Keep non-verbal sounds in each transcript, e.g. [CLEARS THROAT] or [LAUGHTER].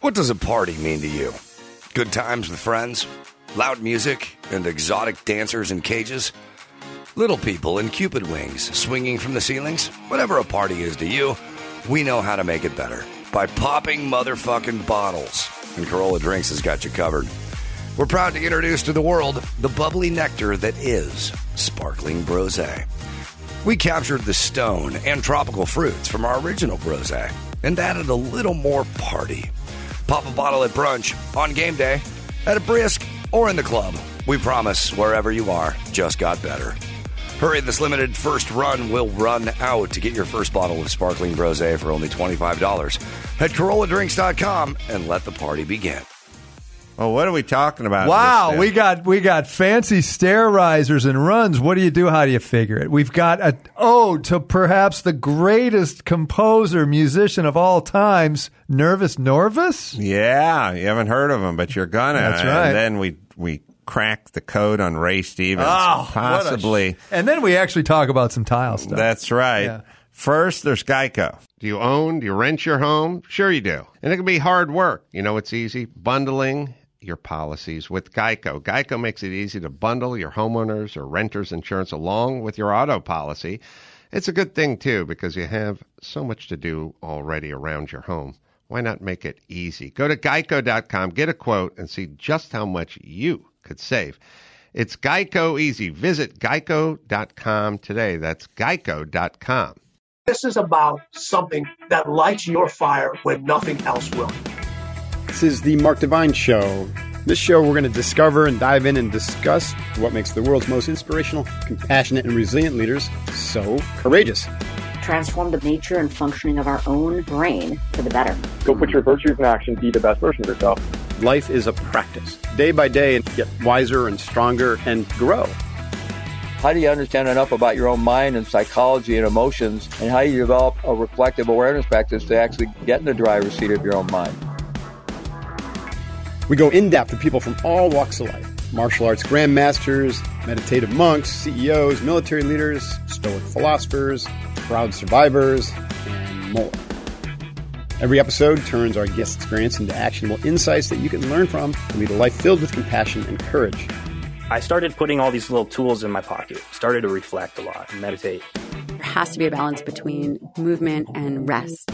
What does a party mean to you? Good times with friends? Loud music and exotic dancers in cages? Little people in cupid wings swinging from the ceilings? Whatever a party is to you, we know how to make it better by popping motherfucking bottles. And Corolla Drinks has got you covered. We're proud to introduce to the world the bubbly nectar that is sparkling brose. We captured the stone and tropical fruits from our original brose and added a little more party. Pop a bottle at brunch, on game day, at a brisk, or in the club. We promise wherever you are, just got better. Hurry, this limited first run will run out to get your first bottle of sparkling brose for only $25 at CorollaDrinks.com and let the party begin. Well, Oh, what are we talking about? in this Wow, thing? we got we got fancy stair risers and runs. What do you do? How do you figure it? We've got a ode to perhaps the greatest composer musician of all times, Nervous Norvis. Yeah, you haven't heard of him, but you're gonna. That's right. And then we we cracked the code on Ray Stevens, Oh, possibly. and then we actually talk about some tile stuff. That's right. Yeah. First, there's Geico. Do you own? Do you rent your home? Sure, you do. And it can be hard work. You know, it's easy bundling your policies with Geico. Geico makes it easy to bundle your homeowners or renters insurance along with your auto policy. It's a good thing, too, because you have so much to do already around your home. Why not make it easy? Go to geico.com, get a quote, and see just how much you could save. It's Geico Easy. Visit geico.com today. That's geico.com. This is about something that lights your fire when nothing else will. This is the Mark Divine Show. This show, we're going to discover and dive in and discuss what makes the world's most inspirational, compassionate, and resilient leaders so courageous. transform the nature and functioning of our own brain for the better. Go put your virtues in action, be the best version of yourself. Life is a practice. Day by day, and get wiser and stronger and grow. How do you understand enough about your own mind and psychology and emotions, and how you develop a reflective awareness practice to actually get in the driver's seat of your own mind? We go in depth with people from all walks of life martial arts grandmasters, meditative monks, CEOs, military leaders, stoic philosophers, proud survivors, and more. Every episode turns our guest experience into actionable insights that you can learn from and lead a life filled with compassion and courage. I started putting all these little tools in my pocket, started to reflect a lot and meditate. There has to be a balance between movement and rest.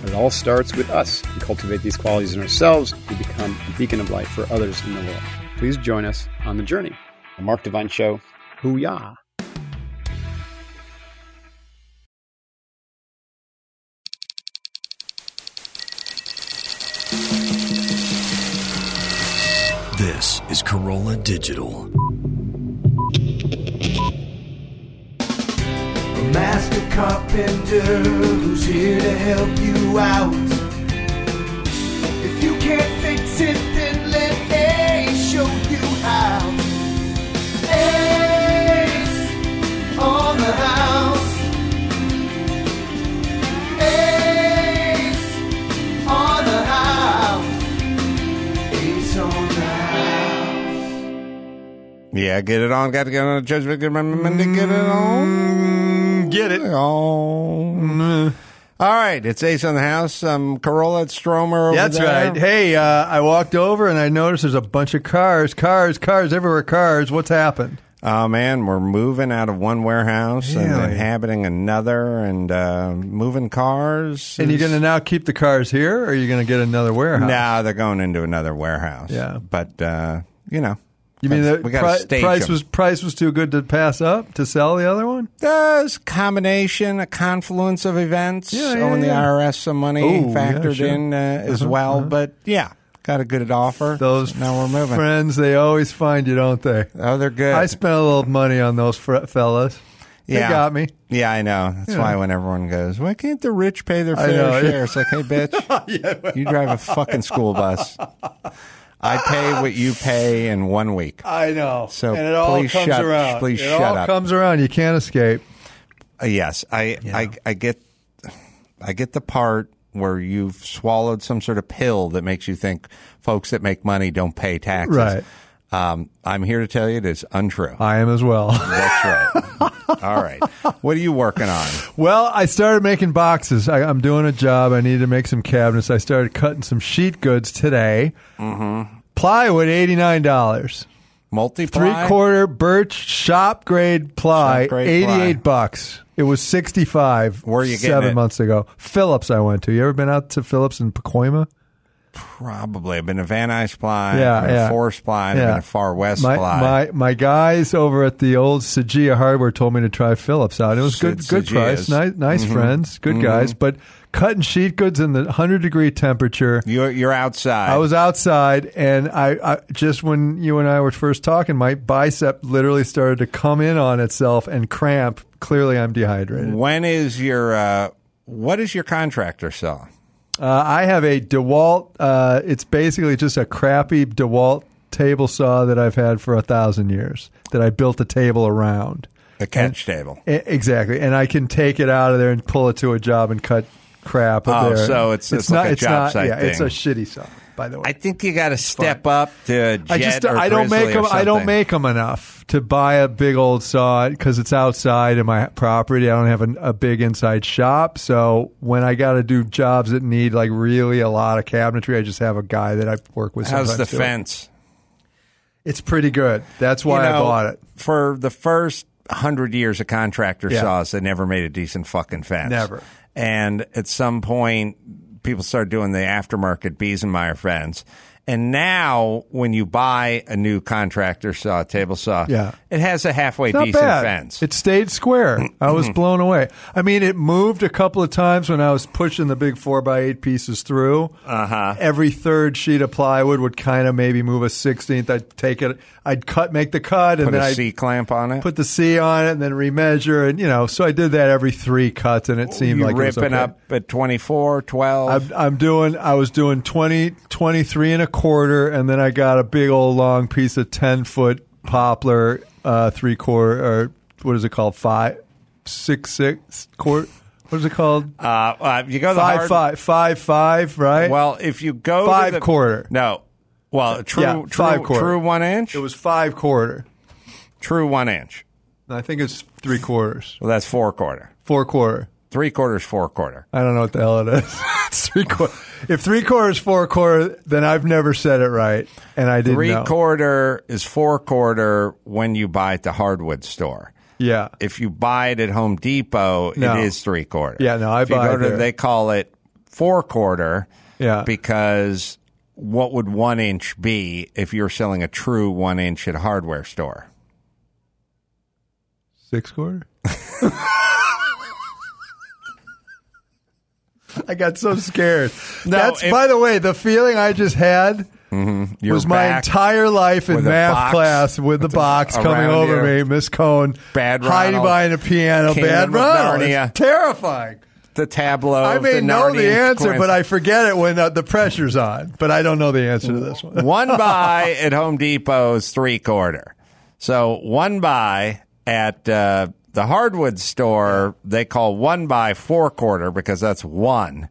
But it all starts with us. We cultivate these qualities in ourselves to become a beacon of light for others in the world. Please join us on the journey. The Mark Divine Show. Hooyah. This is Corolla Digital. A master carpenter who's here to help you out. If you can't fix it, then let Ace show you how. Ace on the house. Ace on the house. Ace on the house. Yeah, get it on. Got to get on. Judgment. Get it on. Get it on. All right, it's Ace on the House. Um, Corolla at Stromer. Over That's there. right. Hey, uh, I walked over and I noticed there's a bunch of cars, cars, cars everywhere. Cars. What's happened? Oh man, we're moving out of one warehouse and Really? inhabiting another, and uh, moving cars. And you're is- going to now keep the cars here, or are you going to get another warehouse? No, they're going into another warehouse. Yeah. but uh, you know, You mean the we got pri- to stage price 'em. was price was too good to pass up to sell the other one? There's a combination, a confluence of events, Yeah, yeah, owing the yeah. IRS some money Oh, yeah, factored sure. Uh-huh, in uh, as well. But yeah, got a good offer. Those So now we're moving. [LAUGHS] friends, they always find you, don't they? oh, they're good. I spent a little money on those fr- fellas. They yeah. got me. Yeah, I know. That's why when everyone goes, why can't the rich pay their I fair know. share? It's like, hey, [LAUGHS] bitch, you drive a fucking school bus. I pay what you pay in one week. I know. So And it all please comes shut- around. please it shut all up. comes around. You can't escape. Uh, Yes, I, I I get I get the part where you've swallowed some sort of pill that makes you think folks that make money don't pay taxes. Right. Um, I'm here to tell you it is untrue. I am as well. That's [LAUGHS] right. All right. What are you working on? Well, I started making boxes. I, I'm doing a job. I needed to make some cabinets. I started cutting some sheet goods today. Mm-hmm. Plywood, eighty nine dollars. Multi three quarter birch shop grade ply, Shop grade eighty eight ply. bucks. It was sixty five. Where are you getting seven it? months ago? Phillips. I went to. You ever been out to Phillips in Pacoima? Probably. I've been to Van Nuys Ply. Yeah, I've been yeah. to Forest Ply. and I've been to Far West my, Ply. My my guys over at the old Sajia Hardware told me to try Phillips out. It was good Sid good Sajia's. price, nice nice Mhm. friends, good Mhm. guys. But cutting sheet goods in the hundred degree temperature. You're, you're outside. I was outside, and I, I just when you and I were first talking, my bicep literally started to come in on itself and cramp. Clearly, I'm dehydrated. When is your uh, what is your contractor selling? Uh, I have a DeWalt. Uh, it's basically just a crappy DeWalt table saw that I've had for a thousand years that I built a table around. A catch table. E- Exactly, and I can take it out of there and pull it to a job and cut crap. up Oh, there. so it's- it's like a job not, site Yeah, it's a thing. shitty saw. By the way, I think you got to step up to Jet I just or I don't Grizzly make or them. I something. don't make them enough to buy a big old saw because it's outside in my property. I don't have an, a big inside shop, so when I got to do jobs that need like really a lot of cabinetry, I just have a guy that I work with. How's the sometimes to it. fence? It's pretty good. That's why You know, I bought it. For the first hundred years of contractor Yeah. saws, they never made a decent fucking fence. Never. And at some point, people started doing the aftermarket Biesenmeyer fence. And now, when you buy a new contractor saw, table saw, Yeah. it has a halfway It's not decent bad. fence. Mm-hmm. It stayed square. I was blown away. I mean, it moved a couple of times when I was pushing the big four by eight pieces through. Uh-huh. Every third sheet of plywood would kind of maybe move a sixteenth. I'd take it, I'd cut, make the cut, and Put then a I'd C clamp on it. put the C on it, and then remeasure, and you know. So I did that every three cuts, and it seemed you like it was ripping okay. up at 24, 12. I'm, I'm doing I was doing 20 23 and a quarter and then I got a big old long piece of 10 foot poplar uh three quarter or what is it called five six six quart what is it called uh, uh, you go the five hard- five five five right Well, if you go to Five the- quarter. no, well, true, Yeah, true, five quarter. true one inch, it was five quarter true one inch. I think it's three quarters Well, that's four quarter, four quarter three quarters, four quarter. I don't know what the hell it [LAUGHS] is it's three quarter if three quarters four quarter then I've never said it right and I didn't Three know. quarter is four quarter when you buy at the hardwood store. yeah If you buy it at Home Depot, No. it is three quarter. Yeah, no, I If you buy go it to- there. They call it four quarter. Yeah. because what would one inch be if you're selling a true one inch at a hardware store? Six quarter. I got so scared. No, That's if- by the way, the feeling I just had Mm-hmm. Your was my back- entire life in with a math box- class with the box coming around over you. me, Miss Cohn, Bad hiding Ronald. behind a piano, Kingdom bad of Ronald. Narnia. It's terrifying. the tableau. I of may the know the Narnian answer, Prince. but I forget it when uh, the pressure's on. But I don't know the answer to this one. [LAUGHS] one buy at Home Depot is three quarter. So one buy at uh, the hardwood store they call one buy four quarter because that's one,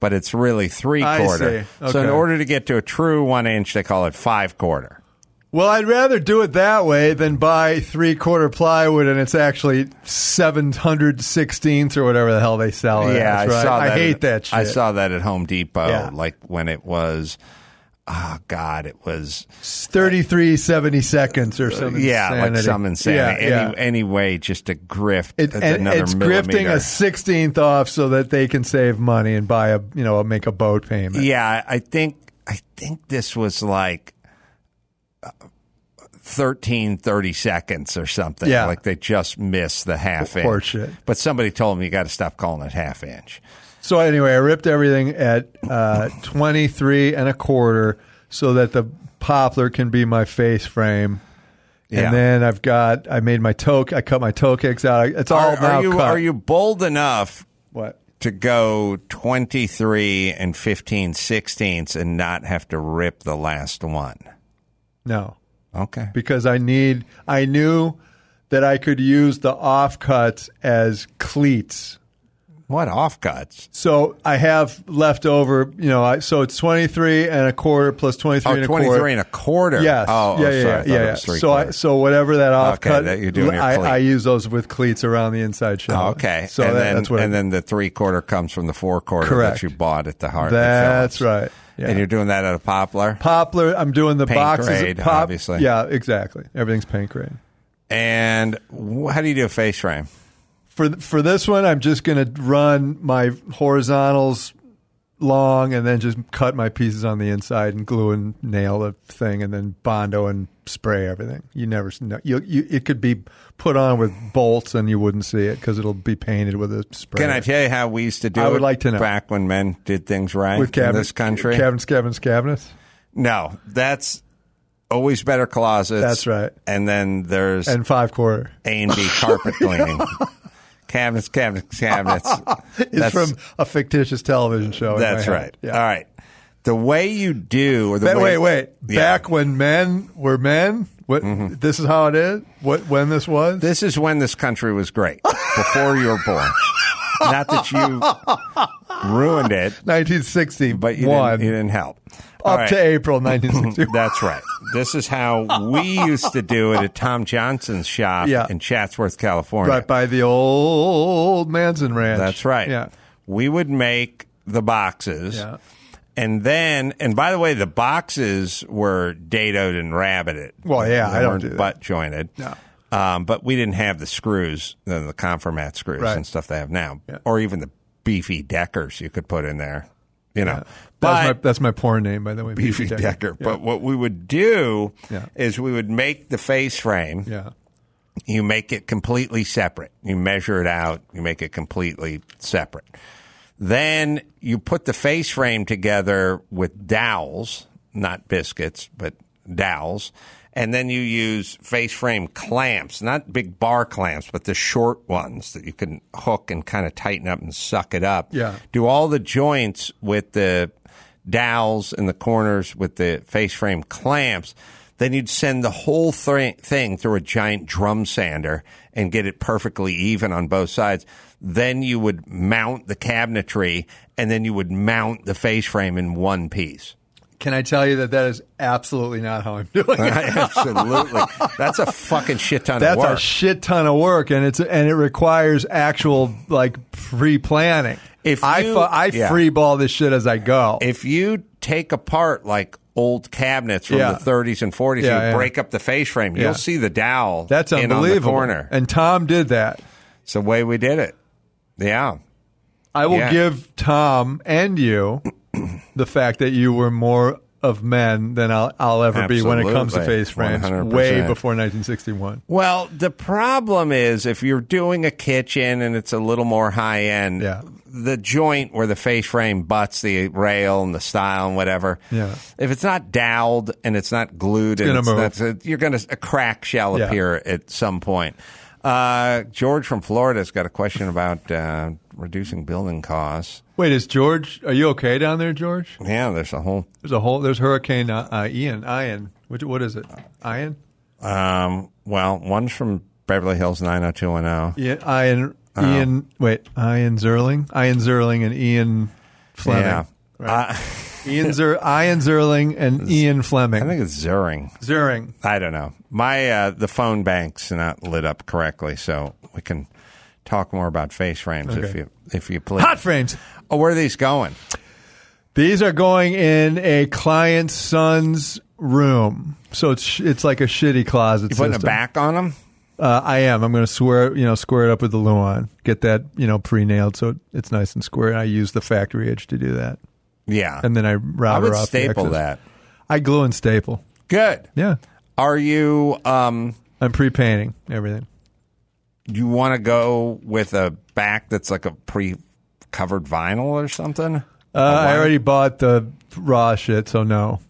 but it's really three I quarter. see. So in Okay. order to get to a true one inch, they call it five quarter. [LAUGHS] Well, I'd rather do it that way than buy three quarter plywood and it's actually seven hundred sixteenths or whatever the hell they sell. it as, yeah, I Oh, right? saw that. I hate at, that shit. I saw that at Home Depot, Yeah. like when it was. Oh God! It was thirty three seventy seconds or something. yeah, like some insanity. Yeah, any, yeah. any way just to grift uh, It- and another it's grifting millimeter. a sixteenth off so that they can save money and buy a you know make a boat payment. Yeah, I think I think this was like uh, 13 30 seconds or something. Yeah. Like they just missed the half inch. Horseshit. But somebody told me you got to stop calling it half inch. So anyway, I ripped everything at uh, 23 and a quarter so that the poplar can be my face frame. Yeah. And then I've got I made my toe I cut my toe kicks out. It's all are, now are you cut. are you bold enough what? to go 23 and 15 sixteenths and not have to rip the last one? No. Okay. Because I need I knew that I could use the offcuts as cleats What off cuts? So I have left over, you know, I, so it's 23 and a quarter plus 23 Oh, and a 23 quarter. and a quarter. Yes. Oh, oh, yeah, sorry. I yeah, thought yeah. it yeah. was three So, I, quarters. so whatever that off Okay, cut, that you're doing your I, cleat. I use those with cleats around the inside Oh, shell. okay. So and that- then, that's what I- and then the three quarter comes from the four quarter Correct. that you bought at the heart. That's right. Yeah. And you're doing that at a poplar. Poplar. I'm doing the Paint boxes. grade, pop- obviously. Yeah, exactly. Everything's paint grade. And wh- how do you do a face frame? For th- for this one, I'm just going to run my horizontals long and then just cut my pieces on the inside and glue and nail the thing and then bondo and spray everything. You never s- know. You, you, it could be put on with bolts and you wouldn't see it because it'll be painted with a spray. Can I tell you how we used to do I would it like to know. back when men did things right with in cabinet- this country? Cabinets, cabinets, cabinets. No, that's always better closets. That's right. And then there's And five quarter A and B [LAUGHS] carpet cleaning. cabinets, cabinets, [LAUGHS] cabinets. is from a fictitious television show. in That's my head. right. Yeah. All right. The way you do, or the Ba- wait, way, wait. Yeah. Mm-hmm. Back when men were men, what this is how it is. What when this was? This is when this country was great, before you were born. Not that you ruined it, 1960, but you, one didn't, you didn't help. All up right. to April 1960. [LAUGHS] That's right. This is how we used to do it at Tom Johnson's shop Yeah. in Chatsworth, California. right by the old Manson Ranch. That's right. Yeah, We would make the boxes. Yeah. And then, and by the way, the boxes were datoed and rabbited. Well, yeah, They I don't weren't do that. butt jointed. No. Um, but we didn't have the screws, the, the Conformat screws Right. and stuff they have now, Yeah. or even the beefy deckers you could put in there, you know. that's my But that's my porn name by the way. beefy decker. But what we would do Yeah. is we would make the face frame. yeah, You make it completely separate. You measure it out. You make it completely separate. Then you put the face frame together with dowels, not biscuits, but dowels. And then you use face frame clamps, not big bar clamps, but the short ones that you can hook and kind of tighten up and suck it up. Yeah. Do all the joints with the dowels and the corners with the face frame clamps. Then you'd send the whole thri- thing through a giant drum sander and get it perfectly even on both sides. Then you would mount the cabinetry and then you would mount the face frame in [LAUGHS] one piece. Can I tell you that that is absolutely not how I'm doing it? Absolutely. That's a fucking shit ton That's of work. a shit ton of work, and it's and it requires actual like pre planning. If I you- fu- I yeah. free ball this shit as I go, if you take apart like old cabinets from Yeah. the 30s and 40s, Yeah, you yeah. break up the face frame, Yeah. you'll see the dowel. that's in unbelievable. on the corner. And Tom did that. It's the way we did it. Yeah. I will Yeah. give Tom and you [CLEARS THROAT] the fact that you were more of men than I'll, I'll ever be when it comes to Absolutely. face frames, 100%. way before 1961. Well, the problem is if you're doing a kitchen and it's a little more high end, Yeah. the joint where the face frame butts the rail and the style and whatever, Yeah. if it's not dowled and it's not glued, and gonna it's move. not- so you're going to a crack shall Yeah. appear at some point. Uh, George from Florida's got a question about uh, reducing building costs. Wait, is George? Are you okay down there, George? Yeah, there's a whole There's a whole. There's Hurricane uh, uh, Ian. Ian. Which, what is it? Ian. Um, well, one's from Beverly Hills 90210. Ian, Ian, Ian wait, Ian Zerling, Ian Zerling, and Ian Fleming. Yeah. Right. Uh, Ian, Zer, [LAUGHS] Ian Zerling and Ian Fleming. I think it's Zuring. Zerling. I don't know. My uh, the phone bank's not lit up correctly, so we can talk more about face frames if Okay. you if you please. Hot frames. Oh, where are these going? These are going in a client's son's room, so it's sh- it's like a shitty closet. You putting a system. back on them? Uh, I am. I'm going to square you know square it up with the Luan. Get that you know pre nailed so it's nice and square. And I use the factory edge to do that, Yeah, and then I I router would off the staple excess. that. I glue and staple. Good. Yeah, Are you um? I'm pre painting everything. You want to go with a back that's like a pre covered vinyl or something? Uh, I already bought the raw shit, so [LAUGHS] no.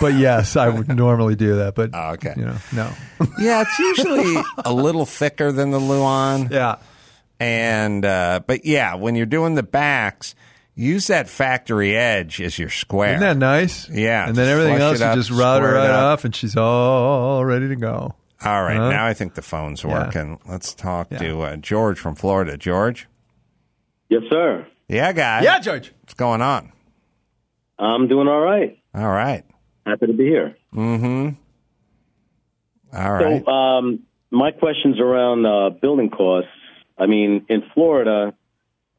But yes, I would normally do that. But Oh, okay. you know, no. [LAUGHS] Yeah, it's usually a little thicker than the Luan. yeah, And uh, but yeah, when you're doing the backs, use that factory edge as your square. isn't that nice? Yeah, And then just everything flush else, it up, you just route her square it right up. off, and she's all ready to go. Uh-huh. All right, Huh? now I think the phone's working. Let's talk to uh, George from Florida. George, Yes, sir. Yeah, guy. Yeah, Judge. What's going on? I'm doing all right. All right. Happy to be here. Mm-hmm. All right. So, um, my question's around uh, building costs. I mean, in Florida,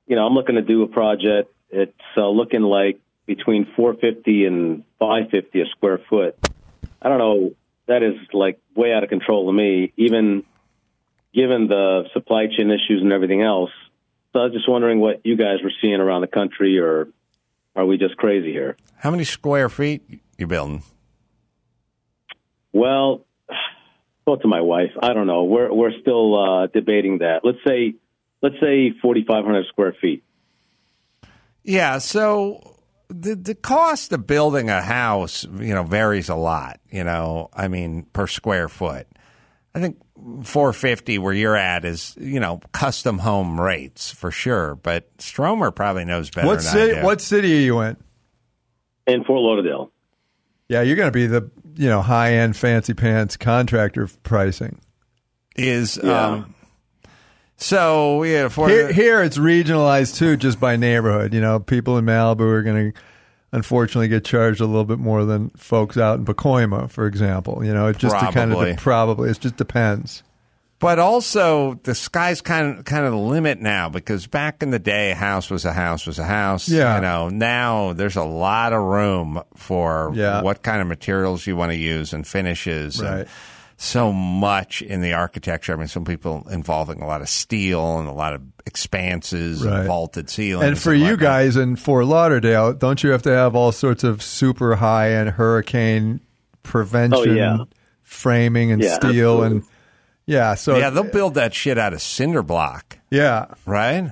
you know, I'm looking to do a project. It's uh, looking like between 450 and 550 a square foot. I don't know. That is like way out of control to me, even given the supply chain issues and everything else. So I was just wondering what you guys were seeing around the country, or are we just crazy here? How many square feet you building? Well, spoke to my wife. I don't know. We're we're still uh, debating that. Let's say let's say forty five hundred square feet. Yeah, so the the cost of building a house, you know, varies a lot, you know, I mean, per square foot. I think 450 where you're at is, you know, custom home rates for sure, but Stromer probably knows better What than I city? do. What city are you in? In Fort Lauderdale. Yeah, you're going to be the you know high end fancy pants contractor pricing. Is um, so yeah, for here, here it's regionalized too, just by neighborhood. You know, people in Malibu are going to unfortunately get charged a little bit more than folks out in Pacoima, for example. You know, it just to kind of Probably. probably it just depends. But also, the sky's kind of kind of the limit now because back in the day, a house was a house was a house. Yeah. You know, now there's a lot of room for Yeah. what kind of materials you want to use and finishes. Right. And so much in the architecture. I mean, some people involving a lot of steel and a lot of expanses Right. and vaulted ceilings. And for you guys in Fort Lauderdale, don't you have to have all sorts of super high end hurricane prevention Oh, yeah. framing and Yeah, steel and yeah, so yeah, they'll build that shit out of cinder block, yeah, right?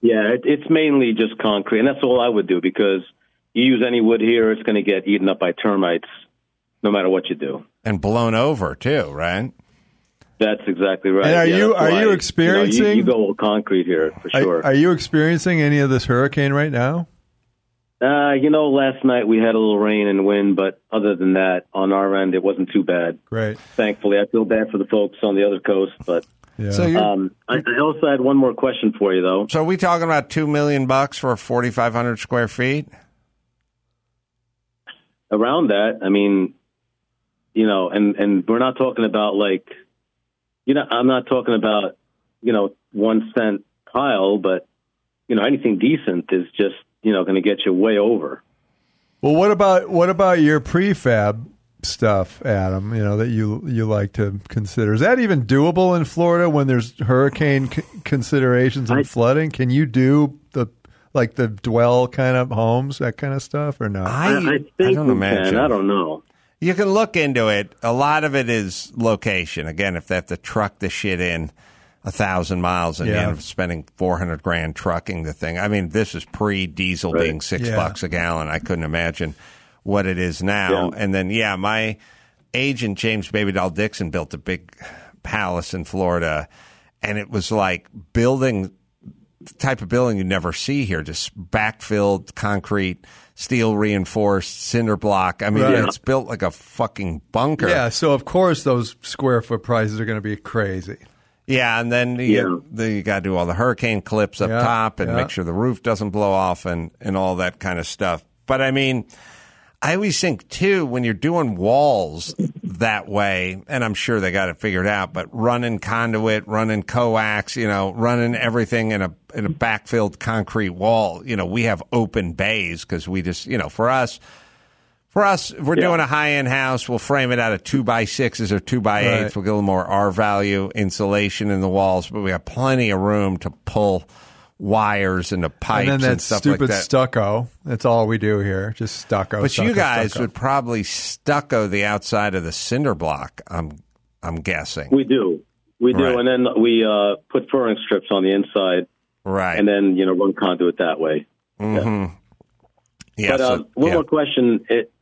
Yeah, it, it's mainly just concrete, and that's all I would do because you use any wood here, it's going to get eaten up by termites, no matter what you do. and blown over too, right? That's exactly right. And are Yeah, you- that's are why, you know, experiencing- you, go all concrete here for Are- sure. Are, you experiencing any of this hurricane right now? uh, you know, last night we had a little rain and wind, but other than that, on our end, it wasn't too bad. Great. Thankfully, I feel bad for the folks on the other coast, but So you're- um, I, I also had one more question for you, though. So are we talking about two million bucks for forty five hundred square feet? around that, I mean, you know, and and we're not talking about like, you know, I'm not talking about you know one cent pile, but you know anything decent is just you know going to get you way over. Well, what about what about your prefab stuff, Adam? You know that you you like to consider. Is that even doable in Florida when there's hurricane c- considerations and flooding? Can you do the like the dwell kind of homes, that kind of stuff, or no? don't imagine. know. You can look into it. A lot of it is location. Again, if they have to truck the shit in a thousand miles and you Yeah. end up spending four hundred grand trucking the thing. I mean, this is pre diesel Right. being six Yeah. bucks a gallon. I couldn't imagine what it is now. And then yeah, my agent James Baby Doll Dixon built a big palace in Florida and it was like building the type of building you never see here, just backfilled concrete, steel reinforced, cinder block. I mean, Right. it's built like a fucking bunker. Yeah, so of course those square foot prices are going to be crazy. Yeah, and then you, then you got to do all the hurricane clips up Yeah, top and yeah. make sure the roof doesn't blow off and, and all that kind of stuff. But I mean, I always think too when you're doing walls that way, and I'm sure they got it figured out. But running conduit, running coax, you know, running everything in a in a backfilled concrete wall. You know, we have open bays because we just you know for us for us, if we're doing a high end house, we'll frame it out of two by sixes or two by Right. eights. We'll get a little more R value insulation in the walls, but we have plenty of room to pull wires and the pipes and and, then that stuff stupid like that. stucco. That's all we do here, just stucco. but stucco, you guys stucco. would probably stucco the outside of the cinder block. I'm I'm guessing. We do, we do, Right. and then we uh, put furring strips on the inside, right? And then you know run conduit that way. Mm-hmm. Yeah. but so- um, one more question: it,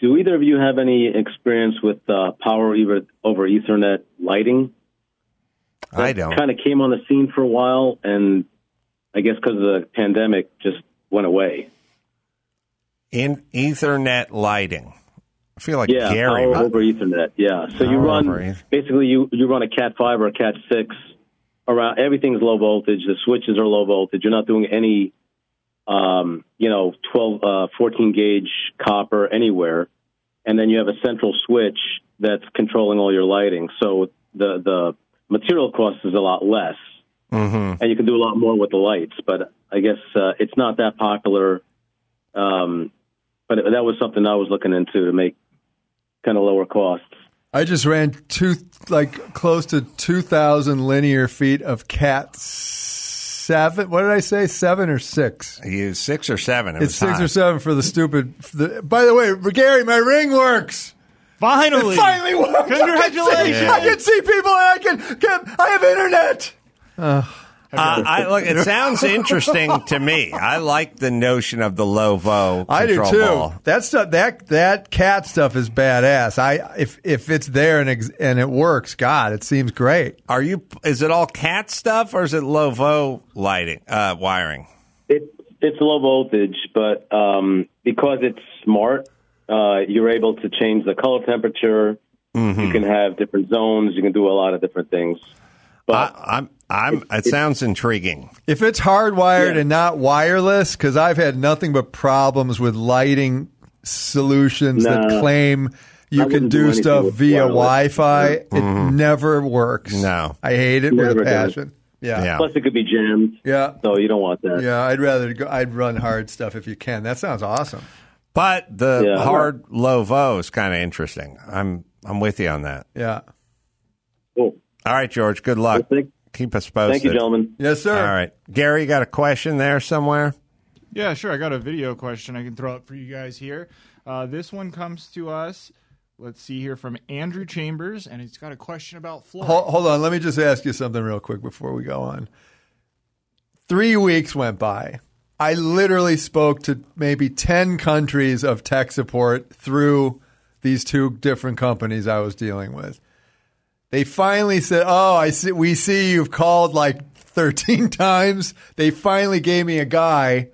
Do either of you have any experience with uh, power over, over Ethernet lighting? I don't. Kind of came on the scene for a while, and I guess because of the pandemic, just went away. in Ethernet lighting. I feel like yeah, Gary. power but- over Ethernet. Yeah, so you Power run over Eth- basically you you run a Cat five or a Cat six around everything's low voltage. The switches are low voltage. You're not doing any, um, you know, 12, uh, 14 gauge copper anywhere. And then you have a central switch that's controlling all your lighting. So the, the material cost is a lot less Mm-hmm. and you can do a lot more with the lights. But I guess uh, it's not that popular. Um, but that was something I was looking into to make kind of lower costs. I just ran two, like close to two thousand linear feet of cat seven. What did I say? Seven or six? You six or seven? It it's was six high. or seven for the stupid. For the, by the way, Gary, my ring works. Finally, it finally works. [LAUGHS] Congratulations. I can see, I can see people, and I can, can. I have internet. Uh, I, look, [LAUGHS] it sounds interesting to me. I like the notion of the low vo. I do control too. ball. That stuff, that that cat stuff is badass. I if if it's there and ex- and it works, God, it seems great. Are you? Is it all cat stuff or is it low vo lighting uh, wiring? It, it's low voltage, but um, because it's smart, uh, you're able to change the color temperature. Mm-hmm. You can have different zones. You can do a lot of different things. But I'm I'm. It sounds intriguing. If it's hardwired and not wireless, because I've had nothing but problems with lighting solutions that No. claim I you can wouldn't do do anything stuff with via wireless. Wi-Fi. Mhm. It never works. No. I hate it with Never a does. passion. Yeah. Plus, it could be jammed. Yeah. So you don't want that. Yeah, I'd rather go, I'd run hard stuff if you can. That sounds awesome. But the Yeah. hard low vo is kind of interesting. I'm I'm with you on that. Yeah. Cool. All right, George. Good luck. Keep us posted. Thank you, gentlemen. Yes, sir. All right, Gary, you got a question there somewhere? Yeah, sure. I got a video question I can throw up for you guys here. Uh, this one comes to us. Let's see here from Andrew Chambers, and he's got a question about Florida. Hold, hold on. Let me just ask you something real quick before we go on. Three weeks went by. I literally spoke to maybe 10 countries of tech support through these two different companies I was dealing with. They finally said, Oh, I see, we see you've called like 13 [LAUGHS] times. They finally gave me a guy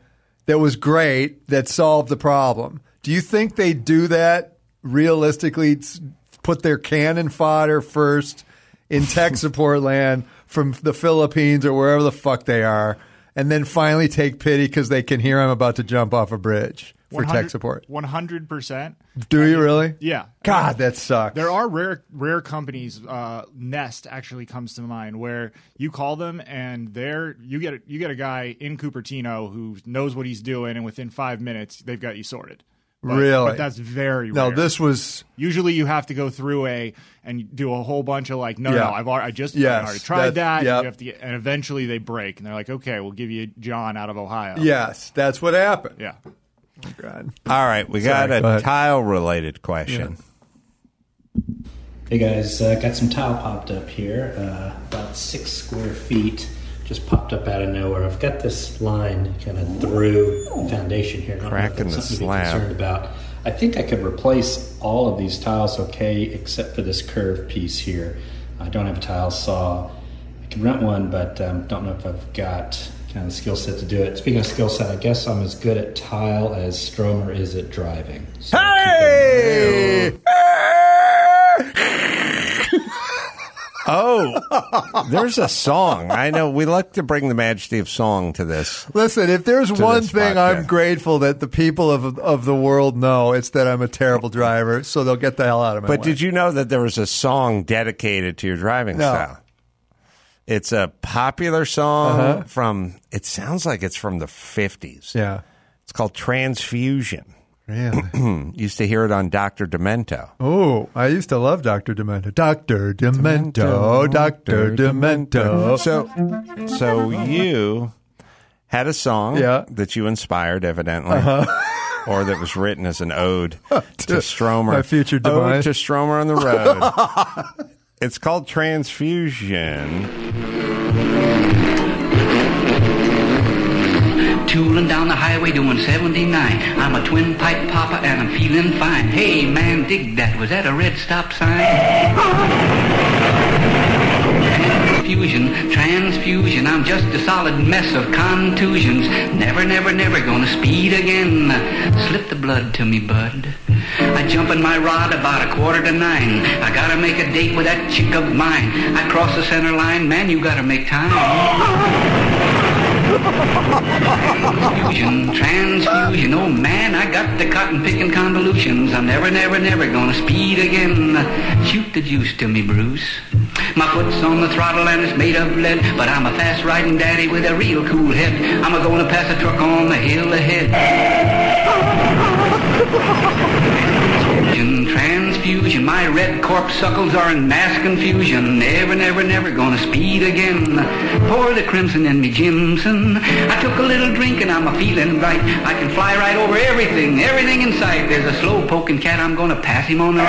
that was great that solved the problem. Do you think they do that realistically? s- Put their cannon fodder first [LAUGHS] in tech support land from the Philippines or wherever the fuck they are, and then finally take pity because they can hear I'm about to jump off a bridge for tech support. One hundred percent. Do you really? Yeah. God, that sucks. There are rare rare companies. Uh, Nest actually comes to mind, where you call them and there you get a, you get a guy in Cupertino who knows what he's doing, and within five minutes they've got you sorted. But- Really? but that's very No, rare. this was Usually, you have to go through a and do a whole bunch of like, no, Yeah. no, I've already, I just Yes, I already tried that- that. yep. You have to, get- and eventually they break, and they're like, okay, we'll give you John out of Ohio. yes, that's what happened. Yeah. Oh, God. All right, we Sorry, got a go ahead. tile related question. Hey guys, uh, got some tile popped up here, uh, about six square feet, just popped up out of nowhere. I've got this line kind of through the foundation here. I don't know if Crack in that's the something slab. To be concerned about. I think I could replace all of these tiles okay, except for this curved piece here. I don't have a tile saw. I can rent one, but um, don't know if I've got kind of the skill set to do it. Speaking of skill set, I guess I'm as good at tile as Stromer is at driving. So hey! Oh, there's a song. I know. We like to bring the majesty of song to this. Listen, if there's To one this thing I'm podcast. grateful that the people of of the world know, it's that I'm a terrible driver, so they'll get the hell out of my But way. did you know that there was a song dedicated to your driving No. style? It's a popular song Uh-huh. from. It sounds like it's from the fifties. Yeah. it's called Transfusion. [CLEARS THROAT] Used to hear it on Doctor Demento. Oh, I used to love Dr. Demento. Dr. Demento. Dr. Demento. So, so you had a song that you inspired, evidently, Uh-huh. or that was written as [LAUGHS] an ode to, Stromer. my future Ode demise. to Stromer on the [LAUGHS] road. it's called Transfusion. Tooling down the highway doing 79. I'm a twin pipe popper and I'm feeling fine. Hey man, dig that. Was that a red stop sign? Fusion, transfusion. I'm just a solid mess of contusions. Never, never, never gonna speed again. Slip the blood to me, bud. I jump in my rod about a quarter to nine. I gotta make a date with that chick of mine. I cross the center line, man, you gotta make time. Transfusion, transfusion, oh man, I got the cotton picking convolutions. I'm never, never, never gonna speed again. Shoot the juice to me, Bruce. My foot's on the throttle and it's made of lead, but I'm a fast riding daddy with a real cool head. I'm a gonna pass a truck on the hill ahead. Transfusion, transfusion, my red corpuscles are in mass confusion. Never, never, never gonna speed again. Pour the crimson in me, Jimson. I took a little drink and I'm a feeling right. I can fly right over everything, everything in sight. There's a slow poking cat, I'm gonna pass him on the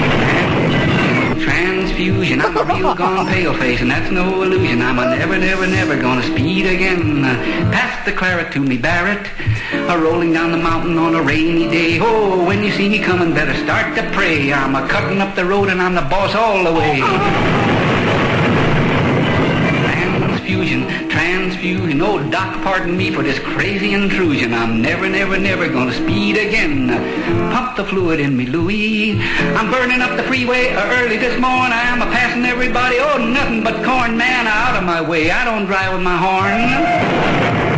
right. Transfusion, I'm a real gone pale face, and that's no illusion. I'm a never, never, never gonna speed again. Pass the claret to me, Barrett. A rolling down the mountain on a rainy day. Oh, when you see me coming, better start to pray. I'm a cutting up the road and I'm the boss all the way. Transfusion, transfusion. Oh, Doc, pardon me for this crazy intrusion. I'm never, never, never gonna speed again. Pump the fluid in me, Louie. I'm burning up the freeway early this morning. I'm a passing everybody. Oh, nothing but corn, man. Out of my way. I don't drive with my horn.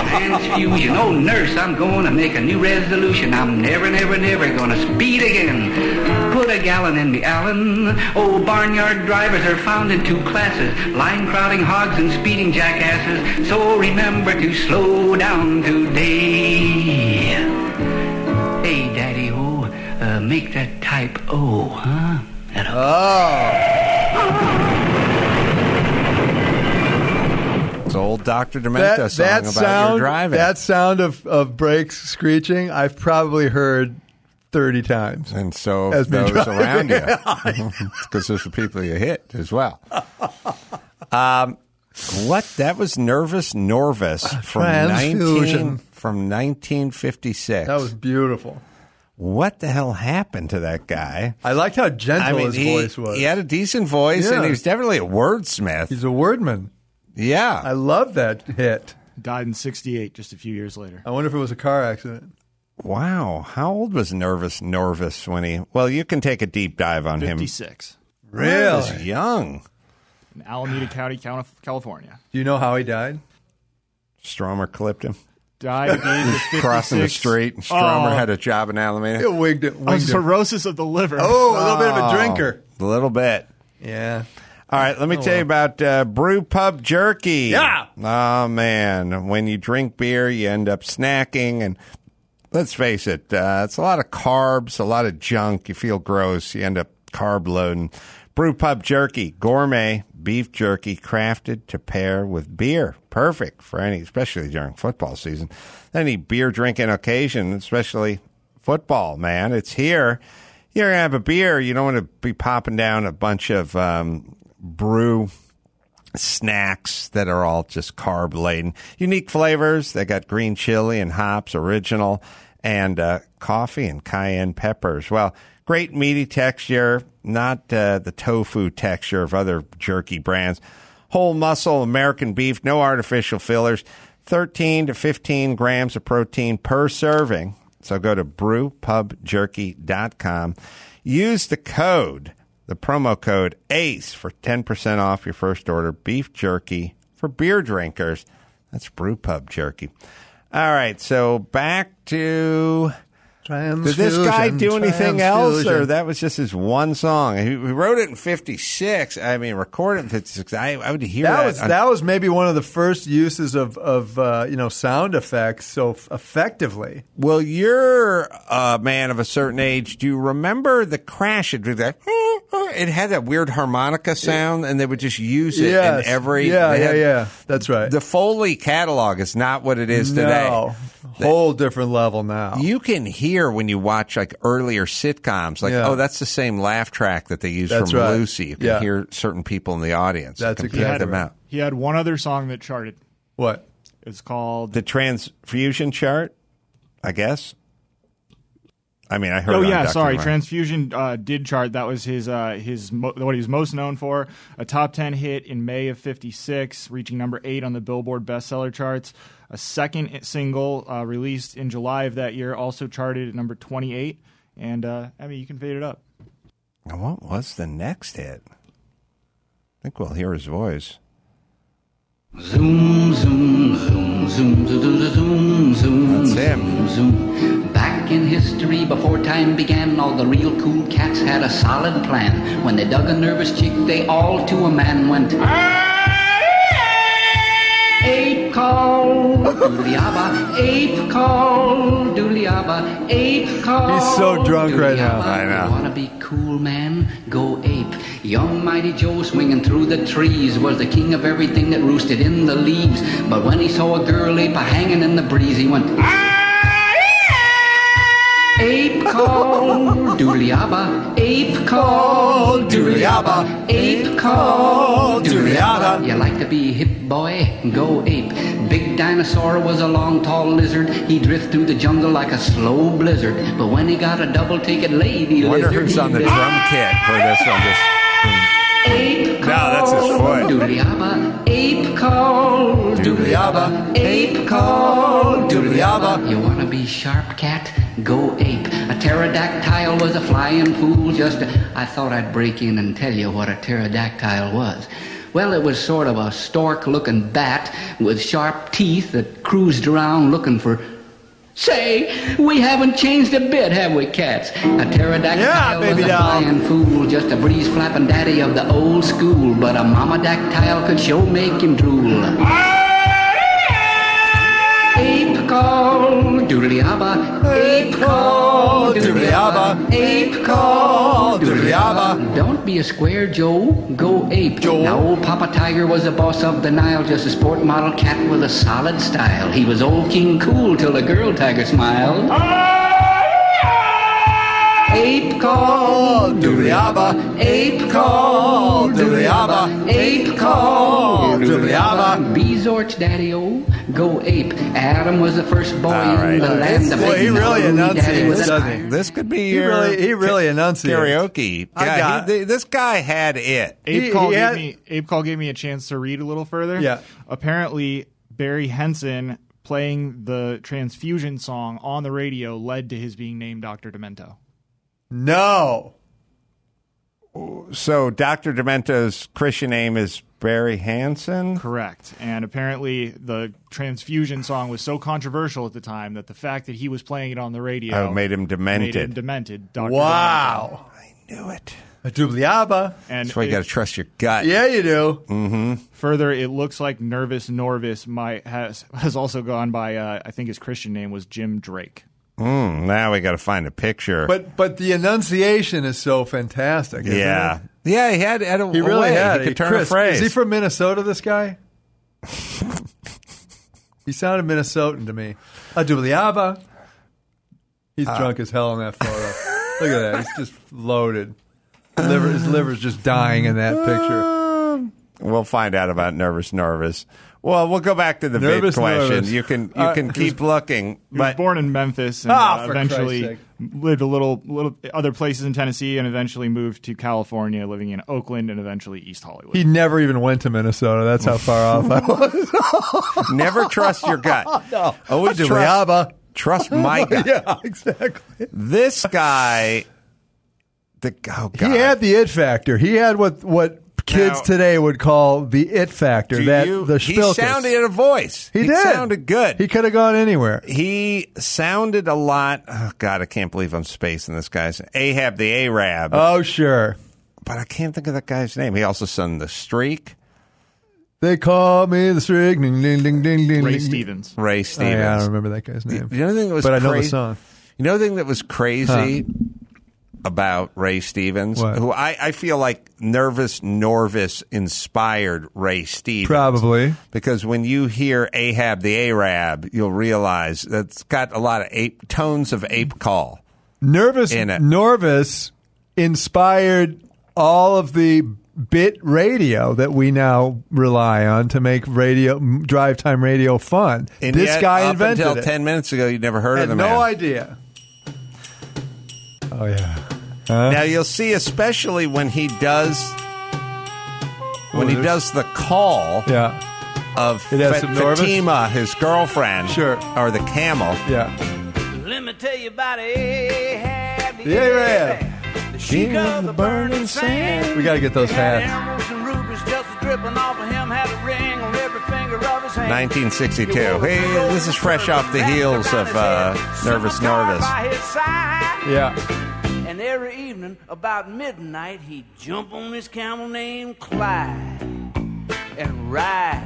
Transfusion. Oh, nurse, I'm gonna make a new resolution. I'm never, never, never gonna speed again. Put a gallon in me, Alan. Oh, barnyard drivers are found in two classes line crowding hogs and speeding jackasses. So remember to slow down today. Hey, Daddy O, uh, make that type O, huh? That'll- It's old Doctor Demento That, song that about sound, your driving. that sound of, of brakes screeching, I've probably heard thirty times. And so As of me those driving. around [LAUGHS] you, [LAUGHS] because there's the people you hit as well. Um, what that was nervous Norvis Uh, from Transfusion. 19, from 1956. That was beautiful. What the hell happened to that guy? I liked how gentle I mean, his he, voice was. He had a decent voice, Yeah. and he was definitely a wordsmith. He's a wordman. Yeah, I love that hit. Died in '68, just a few years later. I wonder if it was a car accident. Wow, how old was Nervous Norvis when he? Well, you can take a deep dive on him. 56. Really? He was young. In Alameda County, Cal- California. Do you know how he died? Stromer clipped him Died at the age of [LAUGHS] 56. crossing the street. Stromer Oh. had a job in Alameda. It wigged it. Of Winged it. cirrhosis of the liver. Oh, a little bit of a drinker. A little bit. Yeah. All right, let me Oh, tell you about uh, Brew Pub Jerky. Yeah. Oh man, when you drink beer, you end up snacking, and let's face it, uh, it's a lot of carbs, a lot of junk. You feel gross. You end up carb loading. Brew Pub Jerky, gourmet beef jerky, crafted to pair with beer. Perfect for any, especially during football season, any beer drinking occasion, especially football. Man, it's here. You're gonna have a beer. You don't want to be popping down a bunch of um, brew snacks that are all just carb laden. Unique flavors. They got green chili and hops, original, and uh, coffee and cayenne peppers. Well, great meaty texture, not uh, the tofu texture of other jerky brands. Whole muscle, American beef, no artificial fillers. 13 to 15 grams of protein per serving. So go to brewpubjerky.com. Use the code the promo code ACE for 10% off your first order. Beef jerky for beer drinkers. That's brew pub jerky. All right, so back to. Did this guy do anything else, or that was just his one song? He, he wrote it in '56. I mean, recorded in '56. I, I would hear that. That was on- that was maybe one of the first uses of of uh, you know sound effects so f- effectively. Well, you're a man of a certain age. Do you remember the crash? It did that. [LAUGHS] It had that weird harmonica sound, and they would just use it Yes. in every. yeah they yeah had- yeah that's right. The Foley catalog is not what it is no, today. whole different level now. You can hear when you watch like earlier sitcoms, like Yeah. oh, that's the same laugh track that they used That's from right. Lucy. You can Yeah. hear certain people in the audience. You That's can pick exactly them right. out. He had one other song that charted. What? It's called The transfusion chart, I guess. I mean, I heard. Oh it on yeah, Dr. sorry. Martin. Transfusion uh, did chart. That was his uh, his mo- what he was most known for. A top ten hit in May of '56, reaching number eight on the Billboard bestseller charts. A second single uh, released in July of that year also charted at number 28. And uh, I mean, you can fade it up. Now, What was the next hit? I think we'll hear his voice. Zoom, zoom, zoom, zoom, zoom, zoom, zoom. That's him. Zoom. Back in history, before time began, all the real cool cats had a solid plan. When they dug a nervous chick, they all to a man went. [LAUGHS] Ape call, dooliaba, ape call, dooliaba, ape call. He's so drunk right now. I know. Wanna be cool, man? Go ape. Young Mighty Joe swinging through the trees was the king of everything that roosted in the leaves. But when he saw a girl ape a hanging in the breeze, he went. Ape call, dooliaba, ape call, dooliaba, ape call, dooliaba. You like to be hip, boy? Go ape. Big dinosaur was a long, tall lizard. He drift through the jungle like a slow blizzard. But when he got a double ticket lady Wonder lizard, who's he on the did- drum kit for this uh, one. Just Ape No, that's his foot. Dooliaba, ape call, dooliaba, ape call, dooliaba. You wanna be sharp, cat? Go ape. A pterodactyl was a flying fool. Just I thought I'd break in and tell you what a pterodactyl was. Well, it was sort of a stork-looking bat with sharp teeth that cruised around looking for Say, we haven't changed a bit, have we, cats? A pterodactyl baby was a doll. flying fool, just a breeze flapping daddy of the old school. But a mama dactyl could show make him drool. Ape call, doodlyaba, ape call, doodlyaba, ape call, doodlyaba. Don't be a square, Joe. Go ape. Joe. Now, old Papa Tiger was the boss of the Nile, just a sport model cat with a solid style. He was old King Cool till the girl tiger smiled. Ape call, doodlyaba, ape call, doodlyaba, ape call, doodlyaba. Bezorch daddy-o, go ape. Adam was the first boy all right. in the land of Boy, he making a really Louie daddy enunciates, with an doesn't iron. he? This could be He your really- he really enunciates. karaoke. I Yeah, got he- this guy had it. Ape He- Call he gave had- me Ape Call gave me a chance to read a little further. Yeah. Apparently, Barry Henson playing the transfusion song on the radio led to his being named Doctor Demento. No. So Dr. Demento's Christian name is Barry Hansen. Correct. And apparently, the transfusion song was so controversial at the time that the fact that he was playing it on the radio Oh, made him made him demented. demented. Dr. Wow. I knew it. A dubliaba. Demento. And That's why you it- got to trust your gut. Yeah, you do. Mm-hmm. Further, it looks like Nervous Norvis might has has also gone by. Uh, I think his Christian name was Jim Drake. Mm, now we got to find a picture. But but the enunciation is so fantastic. isn't yeah, it? yeah, he had, had a He a really way. had. He could it. turn uh, Chris, a phrase. Is he from Minnesota? This guy. he sounded Minnesotan to me. A dubliaba. He's Uh. drunk as hell in that photo. Look at that. He's just loaded. Liver, his liver's just dying in that picture. Um, We'll find out about nervous, nervous. Well, we'll go back to the big Nervous, question. nervous. You can you Uh, can keep looking, He was but born in Memphis and Ah, uh, for eventually Christ's lived a little little other places in Tennessee and eventually moved to California, living in Oakland and eventually East Hollywood. He never even went to Minnesota. That's how far off I was. [LAUGHS] never trust your gut. [LAUGHS] No. Always A trust, dubliaba. trust [LAUGHS] my gut. yeah, exactly. This guy, the oh god, He had the it factor. He had what what kids Now- today would call the it factor. Do that you- the he spilkis. sounded in a voice. He did. sounded good. He could have gone anywhere. He sounded a lot. Oh God, I can't believe I'm spacing this guy's Ahab the Arab, Oh sure. but I can't think of that guy's name. He also sung the streak. They call me the string. Ding ding ding ding ding. Ray ding. Stevens. Ray Oh, Stevens. yeah, I don't remember that guy's name. The other thing that was but I know the crazy- song. You know the thing that was crazy about Ray Stevens, What? who I, I feel like nervous Norvis inspired Ray Stevens. Probably. Because when you hear Ahab the Arab, you'll realize that's got a lot of ape tones of ape call. Nervous In it. Nervous inspired all of the bit radio that we now rely on to make radio m- drive time radio fun. And this yet, guy up invented until it. ten minutes ago, you never heard Had of the no man. idea. Oh yeah. Now you'll see, especially when he does when he Ooh, does the call, Yeah. of It has Fa- some Norvis? Fatima, his girlfriend, Sure. or the camel. Yeah. Let me tell you about Ahab. The Arab. She loved the burning sand. We got to get those He had hats. emeralds and rubies just dripping off of him. Had a ring on every finger of his hand. 1962. Hey, this is fresh off the heels of uh, Nervous Nervous. By his side. Yeah. And every evening, about midnight, he'd jump on his camel named Clyde and ride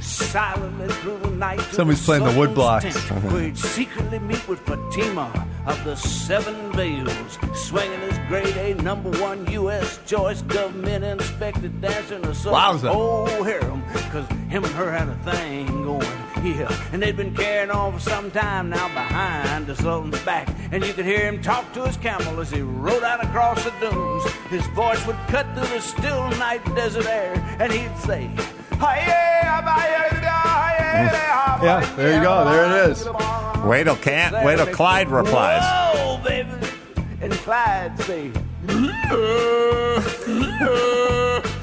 silently through the night. to Somebody's the playing the wood southern blocks. tent, [LAUGHS] Where he'd secretly meet with Fatima of the Seven Veils, swinging his grade A number one U.S. choice government inspected dancer in a Wowza. old harem, 'cause him and her had a thing going. Yeah, and they'd been carrying on for some time now behind the Sultan's back. And you could hear him talk to his camel as he rode out across the dunes. His voice would cut through the still night desert air, and he'd say, [LAUGHS] Yeah, there you go. There it is. Wait till, Cam- wait till Clyde replies. Oh, baby. And Clyde say,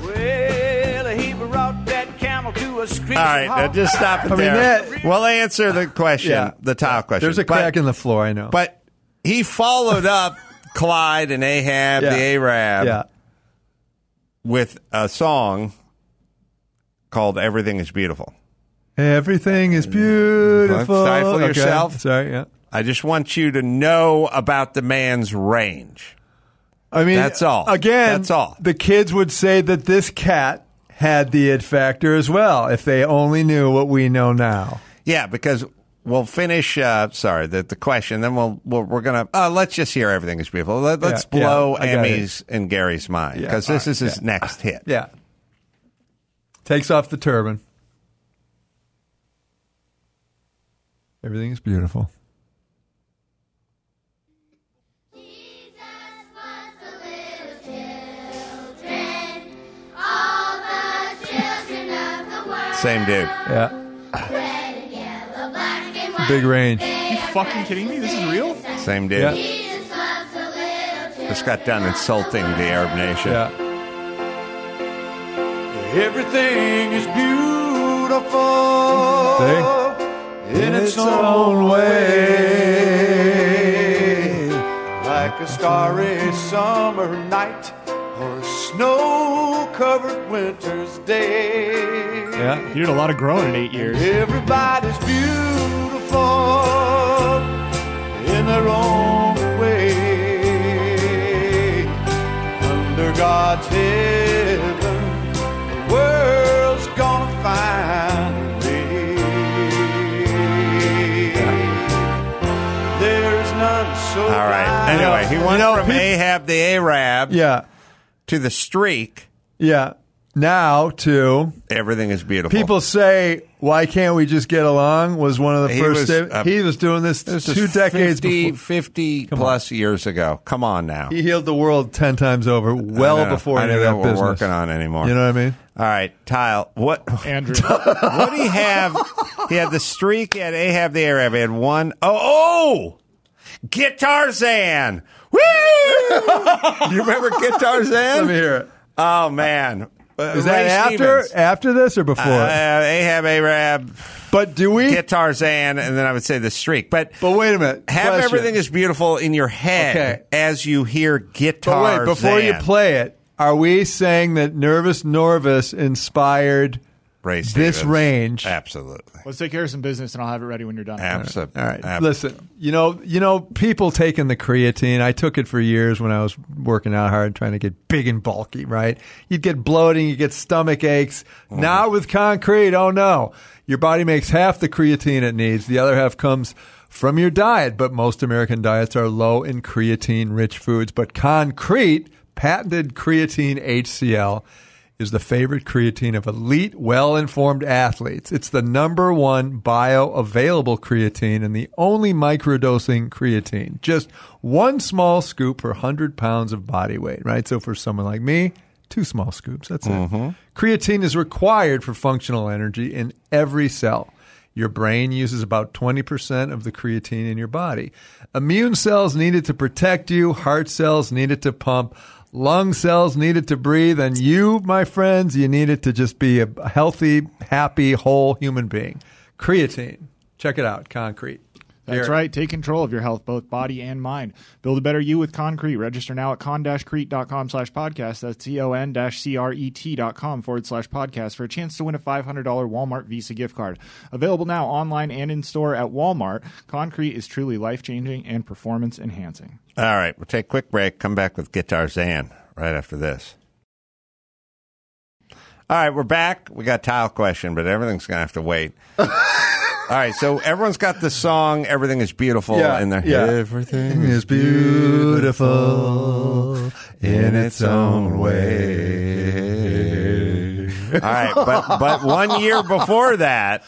Well, he brought that camel to a screeching All right, halt. now just stop it I mean, there. that- we'll answer the question, Yeah. the tile question. There's a But- crack in the floor, I know. But he followed up Clyde and Ahab, Yeah. the Arab, Yeah. with a song called Everything is Beautiful. Everything is beautiful. Stifle Okay. yourself. Sorry, yeah. I just want you to know about the man's range. I mean, That's all. Again, That's all. The kids would say that this cat had the it factor as well if they only knew what we know now. Yeah, because we'll finish. Uh, sorry, the, the question. Then we'll, we'll we're gonna uh, let's just hear everything is beautiful. Let, us Yeah, yeah, blow I got it. Emmy's and Gary's mind Yeah, because this all is right, his next hit. Yeah. Takes off the turban. Everything is beautiful. Same dude. Yeah. Big range. You fucking kidding me? This is real? Same dude. Just got done insulting the Arab nation. Yeah. Everything is beautiful in its own way, like a starry summer night or a snow-covered winter's day. Yeah. You did a lot of growing in eight years. Everybody's beautiful in their own way. Under God's heaven, the world's gonna find me. There's none so All right. Anyway, he went from Ahab the Arab Yeah. to the streak. Yeah. Now to Everything is beautiful. people say, why can't we just get along? Was one of the He first. was, statements. uh, he was doing this, This is two decades 50, before. 50 plus years ago. Come on now. He healed the world ten times over, well I don't know. before I any of don't know that what business. we're working on anymore. You know what I mean? All right, Tile. What? Andrew. [LAUGHS] what do he have? He had the streak. He had Ahab the Arab. He had one. Oh, oh, Guitar Zan. Woo! you remember [LAUGHS] Guitar Zan? Let me hear it. Oh man, Uh, Is that Ray after Stevens. after this or before? Uh, Ahab, Arab, but do we? Guitar Zan, and then I would say the streak. But but wait a minute. have Question. everything is beautiful in your head Okay. as you hear But Guitar wait, before you Zan. play it, are we saying that Nervous Norvis inspired Ray this Stevens. range? Absolutely. Let's take care of some business, and I'll have it ready when you're done. Absolutely. All right. Listen, you know, you know, people taking the creatine. I took it for years when I was working out hard, trying to get big and bulky. Right? You'd get bloating, you get stomach aches. Now with concrete, oh no, your body makes half the creatine it needs. The other half comes from your diet, but most American diets are low in creatine-rich foods. But concrete, patented creatine HCL is the favorite creatine of elite, well informed athletes. It's the number one bioavailable creatine and the only microdosing creatine. Just one small scoop per 100 pounds of body weight, right? So for someone like me, two small scoops, that's Mm-hmm. Mm-hmm. it. Creatine is required for functional energy in every cell. Your brain uses about 20% of the creatine in your body. Immune cells need it to protect you, heart cells need it to pump. lung cells need it to breathe, and you, my friends, you need it to just be a healthy, happy, whole human being. Creatine. Check it out, concrete. That's Garrett. right. Take control of your health, both body and mind. Build a better you with Concrete. Register now at con-crete.com slash podcast. That's E C-O-N-C-R-E-T.com forward slash podcast for a chance to win a $500 Walmart Visa gift card. Available now online and in store at Walmart. Concrete is truly life-changing and performance-enhancing. All right, we'll take a quick break. Come back with Guitar Zan right after this. All right, we're back. We got tile question, but everything's gonna have [LAUGHS] to wait. All right, so everyone's got the song "Everything Is Beautiful" Yeah, in their yeah. Everything is beautiful in its own way. All right, but but one year before that,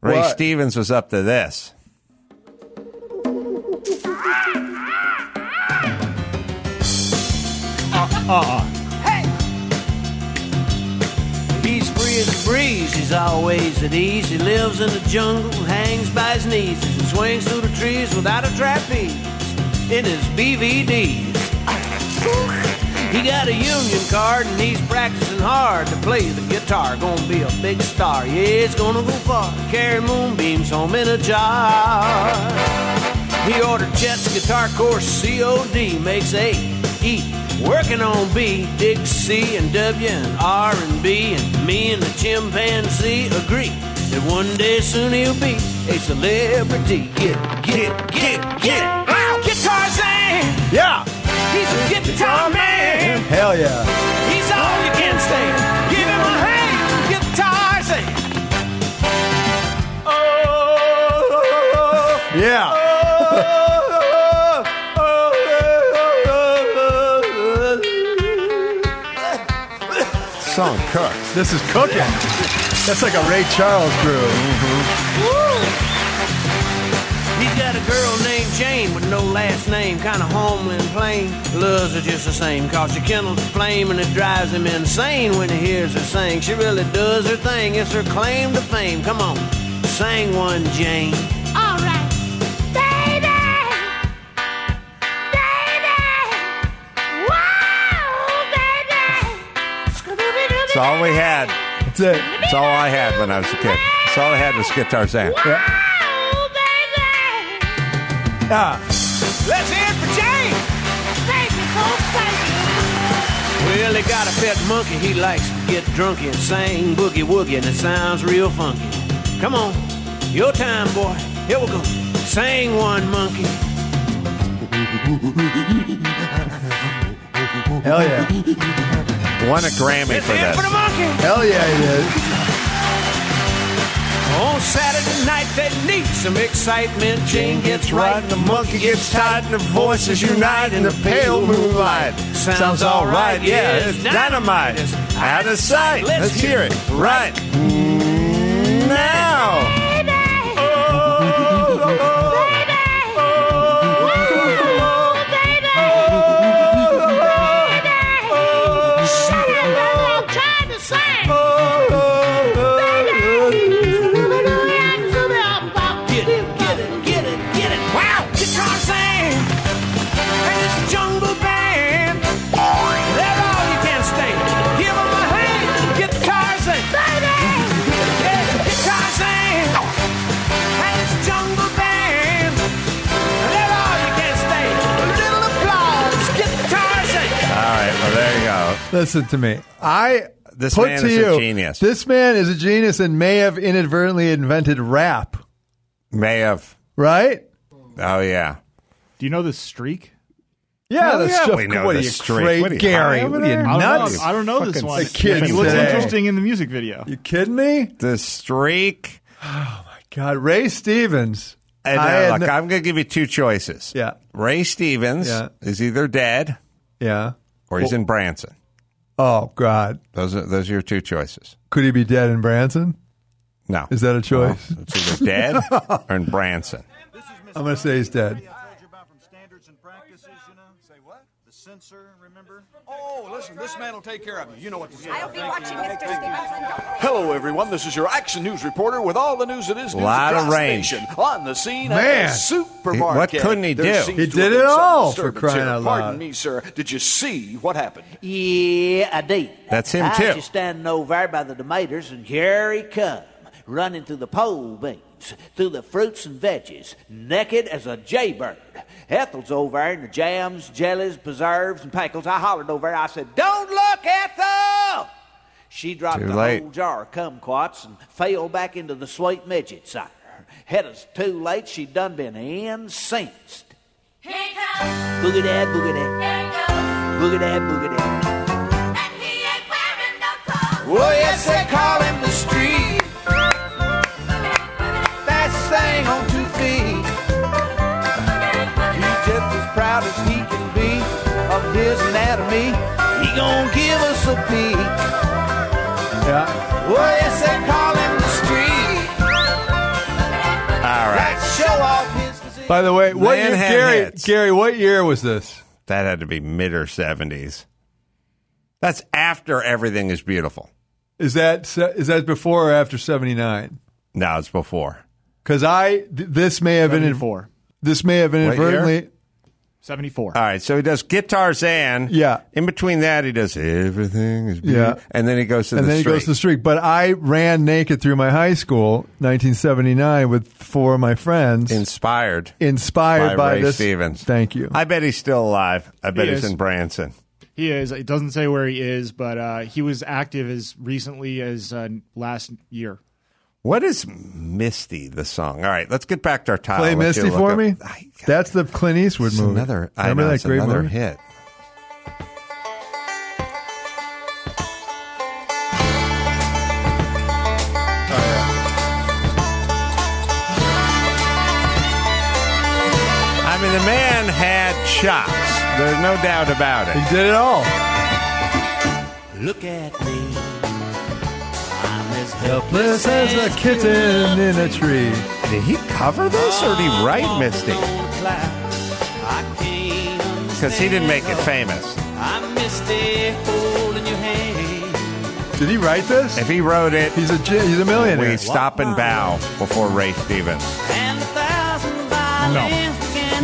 Ray What? Stevens was up to this. Uh-uh. He's free as a breeze, he's always at ease. He lives in the jungle, hangs by his knees, and swings through the trees without a trapeze in his BVDs. He got a union card and he's practicing hard to play the guitar. Gonna be a big star, yeah, he's gonna go far. Carry moonbeams home in a jar. He ordered Chet's guitar course COD, makes A, E, working on B, dig C and W and R and B, and me and the chimpanzee agree that one day soon he'll be a celebrity. Get, get, get, get, out! Guitar Zan! Yeah! He's a guitar man! Hell yeah. He's all you can stand. Give him a hand, Guitar Zan! Oh! Yeah. Song cooks. This is cooking. That's like a Ray Charles groove. Mm-hmm. Woo! He's got a girl named Jane with no last name, kinda homely and plain. Loves her just the same, cause she kindles a flame and it drives him insane when he hears her sing. She really does her thing, it's her claim to fame. Come on, sing one, Jane. Alright. Baby! Baby! Wow, baby! It's all we had. That's it. It's all I had when I was a kid. It's all I had was Guitar Zan. Yeah. Ah. Let's hear it for Jane! Thank you, folks, thank you. Well, he got a pet monkey, he likes to get drunk and sing boogie woogie, and it sounds real funky. Come on, your time, boy. Here we go. Sing one, monkey. [LAUGHS] Hell yeah. Won a Grammy for Hand this. for the monkey. Hell yeah, he did. On Saturday night, they need some excitement. Jane gets right, and the monkey gets tight, and the voices unite in the pale moonlight. Sounds all right, yeah. It's dynamite. Out of sight. Let's hear it right now. Get it, get it, get it, get it. Wow! Guitar sing! And this jungle band. They're all you can stand. Give 'em a hand. Guitar sing! Yeah, guitar sing! And this jungle band. They're all you can stand. A little applause. Guitar sing! All right, well, there you go. Listen to me. I This put man to is a you, genius. This man is a genius and may have inadvertently invented rap, May have. [SIGHS] right? Oh, yeah. Do you know the streak? Yeah, Oh, that's yeah, just we know what the are you, streak. Craig What are you, Gary? high over What are you there? I don't, nuts? know, I don't know this Fucking one. The kids It looks today. interesting in the music video. You kidding me? The streak. Oh, God, Ray Stevens. And I uh, had look, no- I'm going to give you two choices. yeah, Ray Stevens Yeah. is either dead yeah. or he's in Branson. Oh God, Those are, those are your two choices. could he be dead in Branson? No. Is that a choice? It's either [LAUGHS] dead or in Branson. I'm gonna say he's dead. censor, remember? Oh, listen, this man will take care of you. You know what to do. I'll be watching Mr. Hello, everyone. This is your Action News reporter with all the news that is news Lot of across the range. nation on the scene Man. at the He- supermarket. what couldn't he There do? seems He to did have it been some all, for disturbance crying here. out loud. Pardon me, sir. Did you see what happened? Yeah, I did. That's him, I too. was just standing over there by the tomatoes, and here he come, running through the pole beans, through the fruits and veggies, naked as a jaybird. Ethel's over there in the jams, jellies, preserves, and pickles. I hollered over there. I said, "Don't look, Ethel!" She dropped Too the late. whole jar of kumquats and fell back into the sweet midget cider. Had us too late. She done been incensed. Boogie dad, boogie dad. Boogie dad, boogie dad. Oh, yes, they call him the street. Fast thing on two feet. He's just as proud as he can be of his anatomy. He gonna give us a peek. Yeah. Oh, yes, they call him the street. All right. Show off his. By the way, what Man year, had Gary? hits. Gary, what year was this? That had to be mid or 70s. That's after everything is beautiful. Is that se- is that before or after seventy nine? No, it's before. Because I th- this may have been four. This may have What year? inadvertently seventy four. All right, so he does Guitar Zan. Yeah. In between that, he does Everything is Beautiful. Yeah. And then he goes to and the then street. he goes to the street. But I ran naked through my high school, 1979, with four of my friends, Inspired. inspired by, Ray this. Stevens. Thank you. I bet he's still alive. I bet He he's is. in Branson. He is. It doesn't say where he is, but uh, he was active as recently as uh, last year. What is Misty, the song? All right, let's get back to our title. Play Let's do a Misty for look up- me. That's the Clint Eastwood It's movie. another- I Remember know, that it's great another movie? hit. I mean, the man had chops. There's no doubt about it. He did it all. Look at me. I'm as Helpless as a kitten in a tree. Did he cover this or did he write Misty? Because he didn't make it famous. I'm misty holding your hand. Did he write this? If he wrote it, he's a he's a millionaire. We stop and bow before Ray Stevens. No.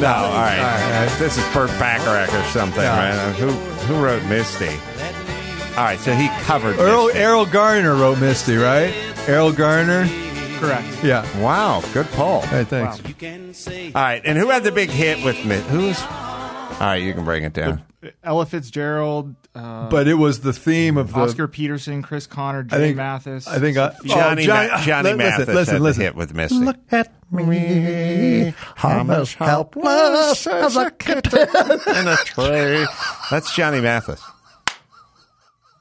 No, all right. This is Burt Bacharach or something, right? Who who wrote Misty? All right, so he covered Earl Misty. Errol Garner wrote Misty, right? Errol Garner. Correct. Yeah. Wow, good poll. Hey, thanks. All right, and who had the big hit with Misty? Who's? All right, you can bring it down. Oh, Ella Fitzgerald. Uh, But it was the theme of the Oscar Peterson, Chris Connor, I Jay think Mathis. I think I, Sophia- Johnny, oh, Johnny, Ma- Johnny li- listen, Mathis listen, had listen. the hit with Misty. Look at me, I'm as helpless as a kitten in a tray. That's Johnny Mathis.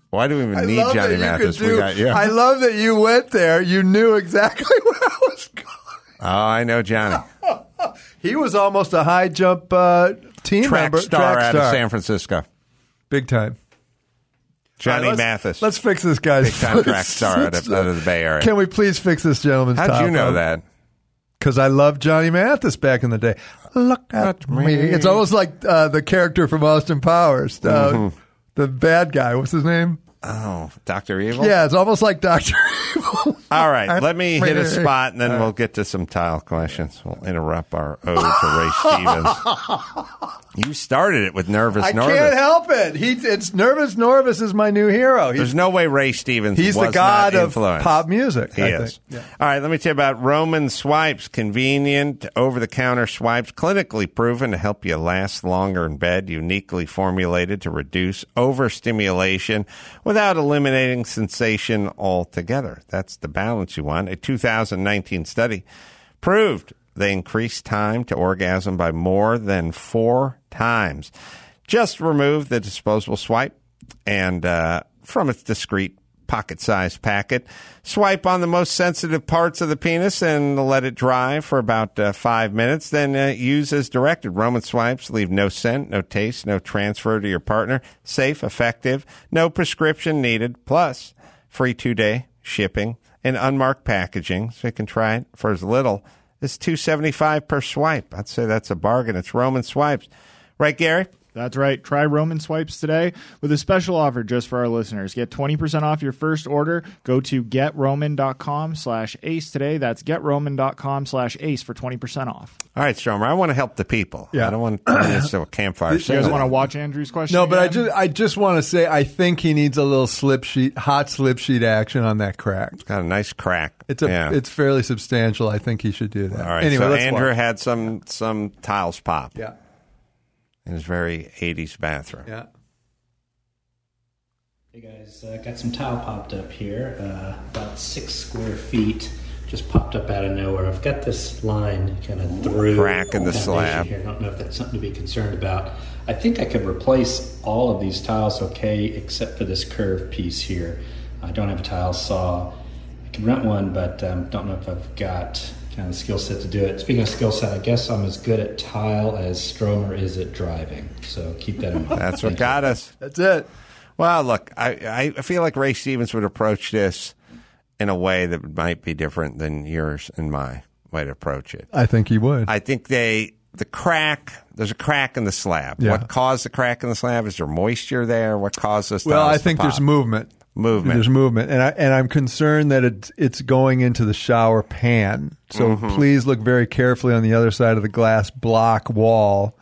Why do we even need love Johnny that you could Mathis? we do- got you. I love that you went there. You knew exactly [LAUGHS] where I was going. oh, I know Johnny. He was almost a high jump uh, team Track member, star track out star, of San Francisco. big time. Johnny All right, let's- Mathis. Let's fix this [LAUGHS] guy's Big [LAUGHS] time track star out of, out of the Bay Area. Can we please fix this gentleman's? How'd you know that? Because I loved Johnny Mathis back in the day. Look at me. It's almost like uh, the character from Austin Powers, uh, Mhm. the bad guy. What's his name? Oh, Dr. Evil? Yeah, it's almost like Doctor. [LAUGHS] All right, let me hit a Right. spot and then we'll get to some tile questions. We'll interrupt our ode to Ray [LAUGHS] Stevens. You started it with Nervous I Nervous. can't help it. He, it's Nervous Norvis is my new hero. He's There's no way Ray Stevens He's was the god not of influenced. pop music. He I is. think. All right, let me tell you about Roman Swipes. Convenient, over the counter swipes, clinically proven to help you last longer in bed, uniquely formulated to reduce overstimulation without eliminating sensation altogether. That's the balance you want. A 2019 study proved they increase time to orgasm by more than four times. Just remove the disposable swipe and uh, from its discreet pocket sized packet, swipe on the most sensitive parts of the penis and let it dry for about uh, five minutes. Then uh, use as directed. Roman swipes leave no scent, no taste, no transfer to your partner. Safe, effective, no prescription needed. Plus, free two day shipping and unmarked packaging, so you can try it for as little as two seventy five per swipe. I'd say that's a bargain. It's Roman swipes, right, Gary? That's right. Try Roman Swipes today with a special offer just for our listeners. Get 20% off your first order. Go to getroman.com slash ace today. That's getroman.com slash ace for 20% off. All right, Stromer, I want to help the people. Yeah. I don't want to turn this [CLEARS THROAT] into a campfire. You guys sing-along. want to watch Andrew's question? No, but I again? just I just want to say I think he needs a little slip sheet, hot slip sheet action on that crack. It's got a nice crack. It's a Yeah. it's fairly substantial. I think he should do that. All right. Anyway, so let's Andrew watch. had some some tiles pop. Yeah. In his very '80s bathroom. Yeah. Hey guys, uh, got some tile popped up here, uh, about six square feet, just popped up out of nowhere. I've got this line kind of through Crack in the foundation slab. Here. I don't know if that's something to be concerned about. I think I could replace all of these tiles okay, except for this curved piece here. I don't have a tile saw. I could rent one, but um, don't know if I've got kind of the skill set to do it. Speaking of skill set, I guess I'm as good at tile as Stromer is at driving. So keep that in mind. That's Thank what you. got us. That's it. Well, look, I, I feel like Ray Stevens would approach this in a way that might be different than yours and my way to approach it. I think he would. I think they the crack. There's a crack in the slab. Yeah. What caused the crack in the slab? Is there moisture there? What caused this? Well, I think there's movement. Movement. There's movement, and I and I'm concerned that it's it's going into the shower pan. So Mhm. please look very carefully on the other side of the glass block wall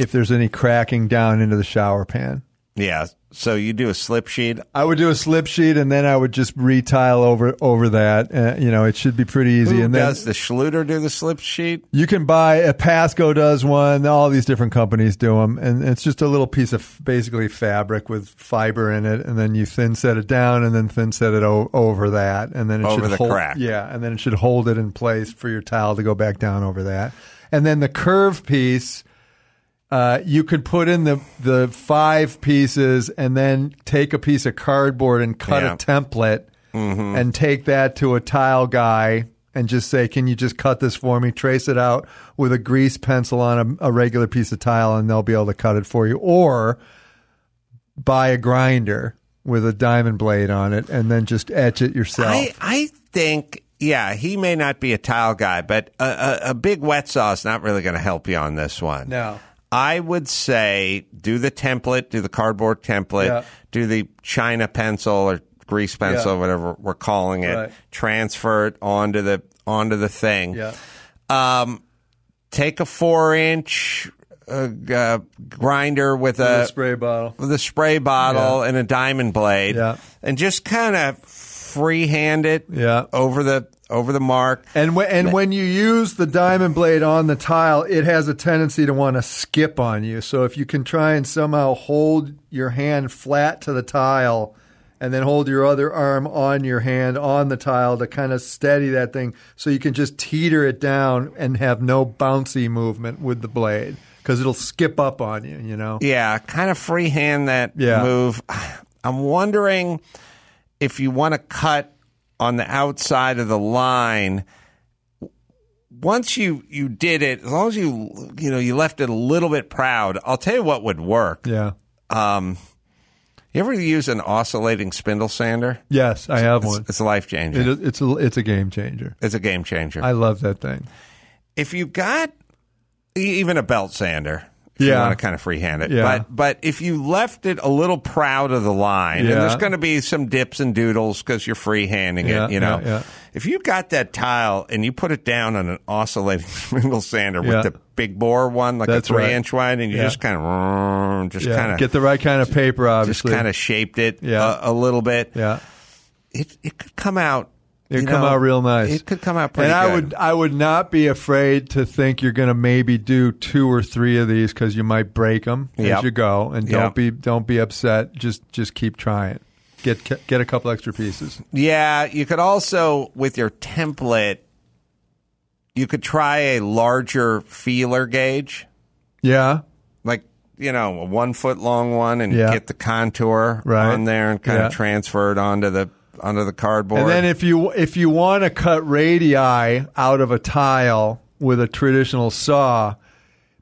if there's any cracking down into the shower pan. Yeah. So you do a slip sheet. I would do a slip sheet, and then I would just retile over over that. Uh, you know, it should be pretty easy. Who and then does the Schluter do the slip sheet? you can buy a Pasco does one. All these different companies do them, and it's just a little piece of basically fabric with fiber in it, and then you thin set it down, and then thin set it o- over that, and then it Over should the hold, crack. Yeah, and then it should hold it in place for your tile to go back down over that, and then the curve piece. Uh, you could put in the, the five pieces and then take a piece of cardboard and cut Yeah. a template Mm-hmm. Mm. and take that to a tile guy and just say, "Can you just cut this for me? Trace it out with a grease pencil on a, a regular piece of tile, and they'll be able to cut it for you." Or buy a grinder with a diamond blade on it, and then just etch it yourself. I, I think, yeah, he may not be a tile guy, but a, a, a big wet saw is not really going to help you on this one. No. I would say do the template, do the cardboard template, Yeah. do the china pencil or grease pencil, Yeah. whatever we're calling it. Right. Transfer it onto the onto the thing. Yeah. Um, take a four inch uh, g- uh, grinder with a, a spray bottle. with a spray bottle and a diamond blade, Yeah. and just kind of freehand it Yeah. over the over the mark. And when, and when you use the diamond blade on the tile, it has a tendency to want to skip on you. So if you can try and somehow hold your hand flat to the tile and then hold your other arm on your hand on the tile to kind of steady that thing so you can just teeter it down and have no bouncy movement with the blade because it'll skip up on you, you know? Yeah, kind of freehand that Yeah. move. I'm wondering if you want to cut on the outside of the line. Once you you did it, as long as you you know you left it a little bit proud. I'll tell you what would work. Yeah. Um, you ever use an oscillating spindle sander? Yes, I have It's- one. It's life changing. It is- it's, a, it's a game changer. It's a game changer. I love that thing. if you got e- even a belt sander, if you Yeah. want to kind of freehand it, Yeah. but but if you left it a little proud of the line, Yeah. and there's going to be some dips and doodles because you're freehanding Yeah, it, you know. yeah, yeah. If you got that tile and you put it down on an oscillating [LAUGHS] spindle sander Yeah. with the big bore one, like That's a three right. inch one, and you Yeah. just kind of just Yeah, kind of Get the right kind of paper, just obviously. kind of shaped it Yeah. a, a little bit, yeah. it it could come out. It you come know, out real nice. It could come out and pretty I good. would I would not be afraid to think you're going to maybe do two or three of these because you might break them Yep. as you go, and don't Yep. be don't be upset. Just just keep trying. Get get a couple extra pieces. Yeah, you could also with your template, you could try a larger feeler gauge, Yeah, like you know a one foot long one, and Yeah. get the contour Right. on there and kind Yeah. of transfer it onto the onto the cardboard. and then if you if you want to cut radii out of a tile with a traditional saw,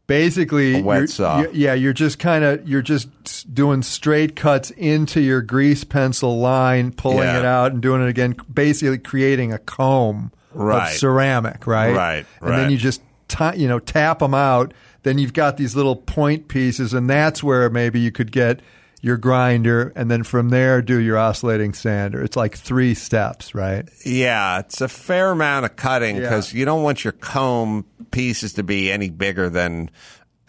basically A wet you're- saw. you- yeah, you're just kind of you're just doing straight cuts into your grease pencil line, pulling Yeah. it out and doing it again, basically creating a comb Right. of ceramic, right? Right, And then right. you just ti you know tap them out, then you've got these little point pieces, and that's where maybe you could get your grinder, and then from there do your oscillating sander. It's like three steps, right? Yeah, it's a fair amount of cutting Yeah. because you don't want your comb pieces to be any bigger than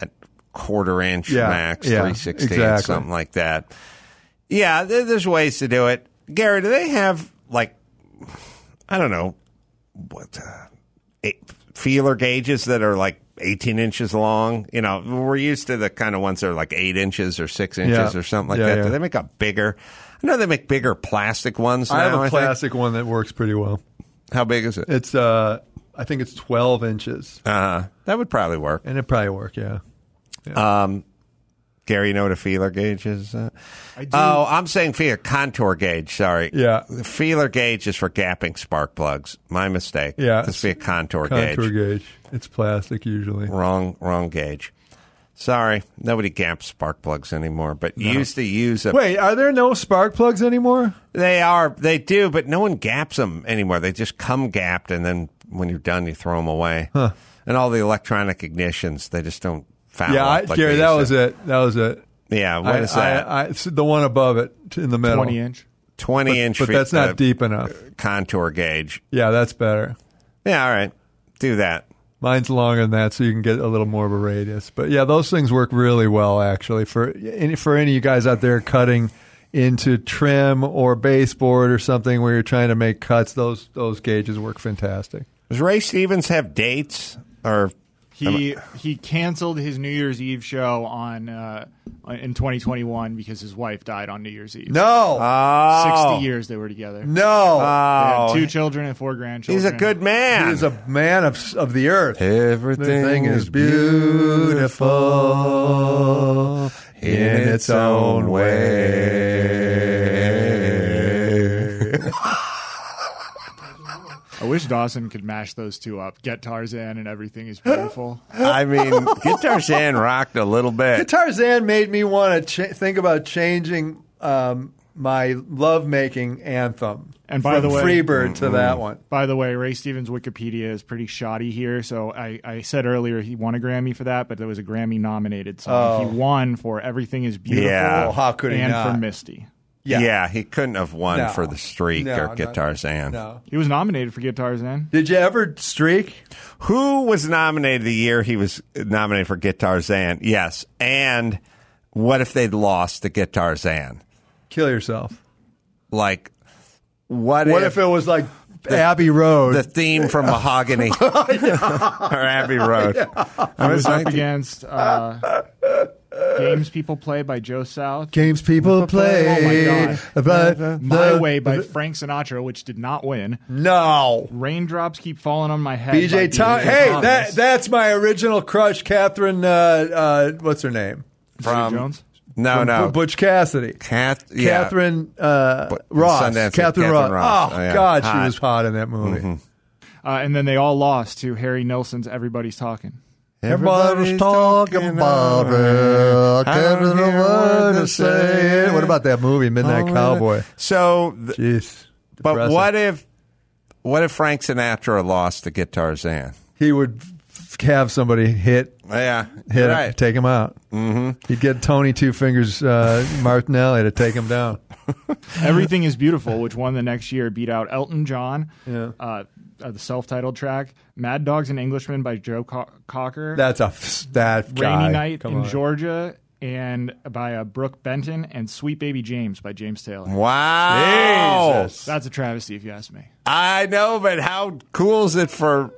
a quarter inch Yeah, max, yeah, three sixteenths, exactly. something like that. Yeah, there, there's ways to do it. Gary, do they have like I don't know what uh, eight, feeler gauges that are like 18 inches long? You know, we're used to the kind of ones that are like eight inches or six inches Yeah. or something like Yeah, that. yeah. Do they make a bigger? I know they make bigger plastic ones. I have now, a think. plastic one that works pretty well. How big is it? It's uh, I think it's twelve inches, Uh, that would probably work. and it probably work. Yeah. Um, Gary, you know what a feeler gauge is? Uh, I do. Oh, I'm saying feeler contour gauge. Sorry. Yeah. The feeler gauge is for gapping spark plugs. My mistake. Yeah. This would be a contour, Contour gauge. gauge. It's plastic usually. Wrong, wrong gauge. Sorry, nobody gaps spark plugs anymore. But you used to use a. Wait, are there no spark plugs anymore? They are. They do, but no one gaps them anymore. They just come gapped, and then when you're done, you throw them away. Huh. And all the electronic ignitions, they just don't foul. yeah, I, up like Gary, they that was used to. it. That was it. Yeah, what I- is that? I, I, it's the one above it t- in the middle. 20 inch. 20 But- inch. uh, but fe- that's not deep enough. Contour gauge. Yeah, that's better. Yeah, all right. Do that. Mine's longer than that, so you can get a little more of a radius. But yeah, those things work really well, actually, for any, for any of you guys out there cutting into trim or baseboard or something where you're trying to make cuts. Those those gauges work fantastic. Does Ray Stevens have dates or He he canceled his New Year's Eve show on uh, in 2021 because his wife died on New Year's Eve. No. Oh. 60 years they were together. No. They had two children and four grandchildren. He's a good man. He is a man of of the earth. Everything, Everything is beautiful in its own way. [LAUGHS] I wish Dawson could mash those two up. Get Tarzan and everything is beautiful. [LAUGHS] I mean, Guitar Sand rocked a little bit. Tarzan made me want to ch- think about changing um, my lovemaking anthem. And by from the way, Freebird to Mm-hmm. that one. By the way, Ray Stevens' Wikipedia is pretty shoddy here. So I, I said earlier he won a Grammy for that, but there was a Grammy nominated song. Oh. He won for Everything Is Beautiful. Yeah. Oh, how could he And for not? Misty. Yeah. he couldn't have won No. for the streak No, or no, Guitar Sand. He was nominated for Guitar Zen. Did you ever streak? Who was nominated the year he was nominated for Guitar Zan? Yes. And what if they'd lost to Guitar Zan? Kill yourself. Like, what, What if it was like Abbey Road? The theme from [LAUGHS] Mahogany [LAUGHS] or Abbey Road. I was up 19 [LAUGHS] against uh, Games People Play by Joe South. Games people play. Oh my but god! the- My Way by Frank Sinatra, which did not win. No. Raindrops keep falling on my head. by BJ Tom. BJ Hey, Thomas. that that's my original crush, Catherine. Uh, uh, what's her name? from Jones? No, From no. Bu- Butch Cassidy. Kath, yeah. Catherine uh, Ross. Sundance is Catherine, Ross. Catherine Ross. Oh, Oh, yeah. God, Hot. Mm-hmm. she was hot in that movie. Uh, and then they all lost to Harry Nilsson's Everybody's Talking. Everybody's talking about it. I can't hear a word to say. Oh, What about that movie, Midnight Cowboy? So, th- Jeez. but Depressing. what if what if Frank Sinatra lost to Guitar Zan? He would f- have somebody hit, Yeah, hit him, right. take him out. Mm-hmm. He'd get Tony Two Fingers uh, Martinelli to take him down. Everything is Beautiful, which won the next year, beat out Elton John, uh, uh, the self-titled track, Mad Dogs and Englishmen by Joe Co- Cocker, That's a f- that guy. Rainy Night Come in on. Georgia, and by uh, Brooke Benton, and Sweet Baby James by James Taylor. Wow. Jesus. That's a travesty, if you ask me. I know, but how cool is it for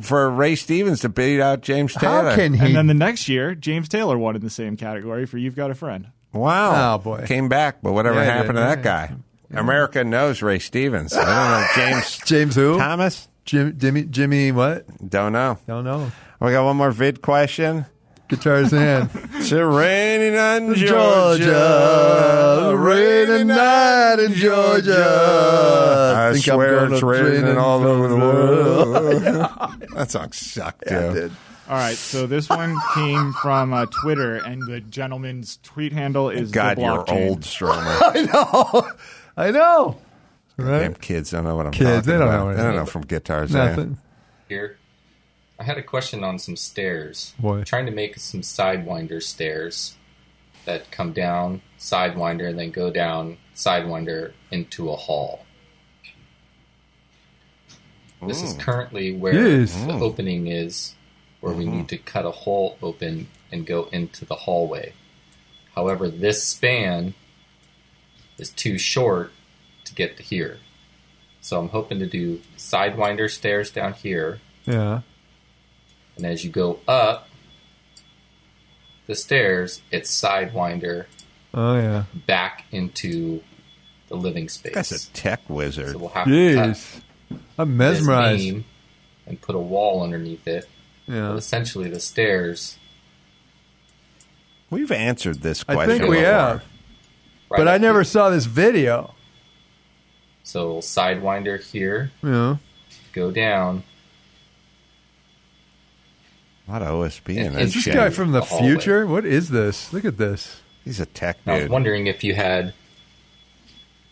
for Ray Stevens to beat out James Taylor? And then the next year, James Taylor won in the same category for You've Got a Friend. wow! Oh, boy. came back, but whatever Yeah, he happened did. to that Yeah. guy? America knows Ray Stevens. I don't know James. [LAUGHS] James who? Thomas? Jim, Jimmy, Jimmy what? Don't know. Don't know. Oh, We got one more vid question. Guitars in. [LAUGHS] It's a rainy night in Georgia, Georgia. rainy night in Georgia. I Uh, Think I'm swear gonna it's raining drain all it over the from world. [LAUGHS] that song sucked, dude. All right, so [LAUGHS] this one came from uh, Twitter, and the gentleman's tweet handle is God, the you're blockchain. old, [LAUGHS] Stromer. I know. I know. Right? Damn kids don't know what I'm Kids, talking they don't about. know They don't anything. know from guitars. Nothing. Here. I had a question on some stairs. What? Trying to make some sidewinder stairs that come down sidewinder and then go down sidewinder into a hall. This is Ooh. currently where Yes. the Ooh. opening is, where we Mhm. need to cut a hole open and go into the hallway. However, this span is too short to get to here. So I'm hoping to do sidewinder stairs down here Yeah. and as you go up the stairs, it's Sidewinder Oh yeah. back into the living space. That's a tech wizard. So we'll have to Jeez. I'm cut mesmerized. this beam and put a wall underneath it. Yeah. But essentially, the stairs. We've answered this I question. think we before. have. Right but I up never saw this video. So Sidewinder here, Yeah. go down. A lot of OSB in Is this shit. guy from the The hallway. future? What is this? Look at this. He's a tech I was wondering if you had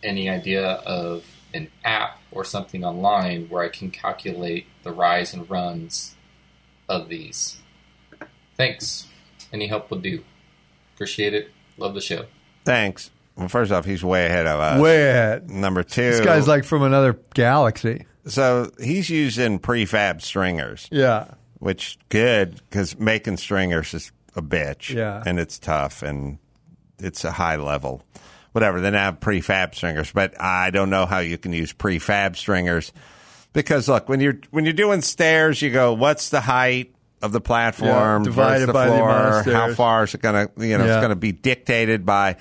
any idea of an app or something online where I can calculate the rise and runs of these. Thanks. Any help would do. Appreciate it. Love the show. Thanks. Well, first off, he's way ahead of us. Way ahead. Number two. This guy's like from another galaxy. So he's using prefab stringers. Yeah. Which good because making stringers is a bitch. Yeah. And it's tough and it's a high level. Whatever. Then I have prefab stringers, but I don't know how you can use prefab stringers because look when you're when you're doing stairs, you go what's the height of the platform Yeah, divided versus the by the floor? amount of how stairs. far is it going to you know Yeah. it's going to be dictated by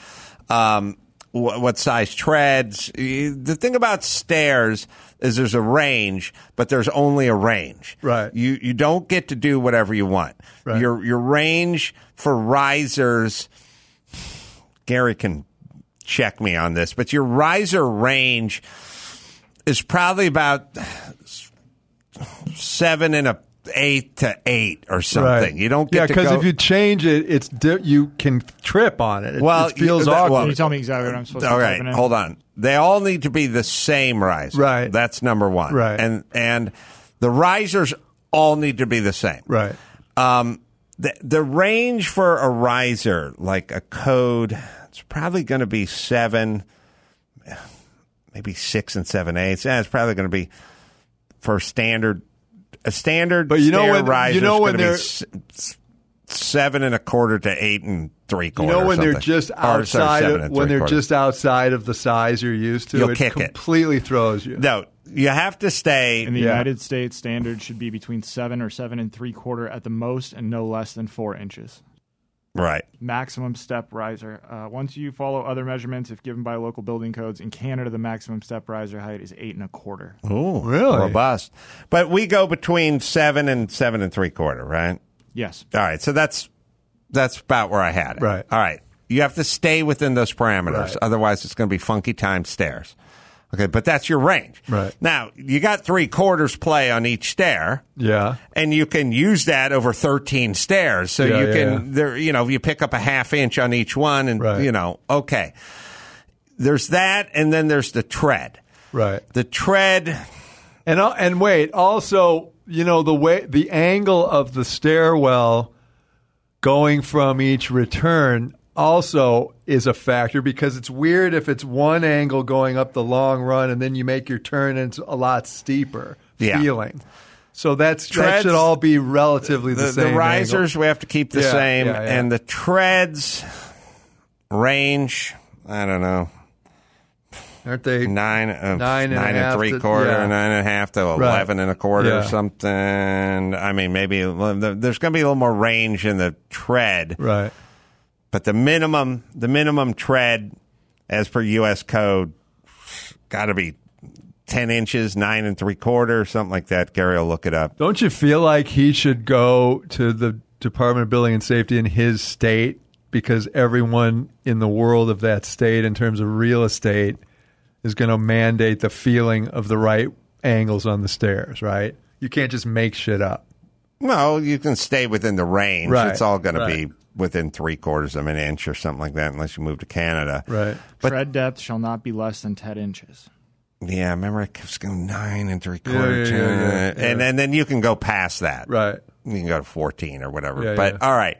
um, wh- what size treads. You- The thing about stairs is there's a range, but there's only a range. Right. You you don't get to do whatever you want. Right. Your your range for risers. Gary can check me on this, but your riser range is probably about seven and a eight to eight or something. You don't get yeah, to because go- if you change it, it's di- you can trip on it. It, Well, it feels you- that- awkward. well- Can you tell me exactly what I'm supposed All right, hold on. They all need to be the same riser. Right. That's number one. Right. And and the risers all need to be the same. Right. Um, the the range for a riser, like a code, it's probably going to be seven, maybe six and seven eighths. Yeah, it's probably going to be for standard a standard. But you know when- you riser know when be they're- s- s- seven and a quarter to eight and three You quarters. know when they're just outside of, when they're just outside of the size you're used to, You'll it kick it. completely throws you. No, you have to stay In the Yeah. United States, standard should be between seven or seven and three quarter at the most, and no less than four inches. right. Maximum step riser. Uh, once you follow other measurements, if given by local building codes, in Canada, the maximum step riser height is eight and a quarter. Oh, really robust. But we go between seven and seven and three quarter, right? Yes. All right. So that's that's about where I had it. Right. All right. You have to stay within those parameters, Right. otherwise it's going to be funky time stairs. Okay, but that's your range. Right. Now you got three quarters play on each stair. Yeah. and you can use that over 13 stairs so Yeah, you yeah, can yeah. there you know you pick up a half inch on each one and you know okay there's that and then there's the tread Right. The tread. And al- and wait, also, you know, the way the angle of the stairwell going from each return also is a factor because it's weird if it's one angle going up the long run and then you make your turn and it's a lot steeper Yeah. feeling. So that's that Treads- should all be relatively the, the, same. the risers angle. we have to keep the Yeah, same yeah, yeah. and the treads range i don't know aren't they nine uh, nine and a half three to- quarter yeah. nine and a half to Right. 11 and a quarter Yeah. or something i mean maybe a little- there's going to be a little more range in the tread right but the minimum the minimum tread as per us code got to be 10 inches 9 and 3 quarter something like that gary will look it up Don't you feel like he should go to the Department of Building and Safety in his state because everyone in the world of that state, in terms of real estate, is going to mandate the feeling of the right angles on the stairs, right? You can't just make shit up. no you can stay within the range Right, it's all going to right. be within 3 quarters of an inch or something like that unless you move to canada Right. Tread depth shall not be less than ten inches. Yeah, I remember it was going nine and three Yeah, quarter yeah, tune, yeah, yeah, and, and then, then you can go past that, right? You can go to fourteen or whatever. Yeah, but yeah. all right,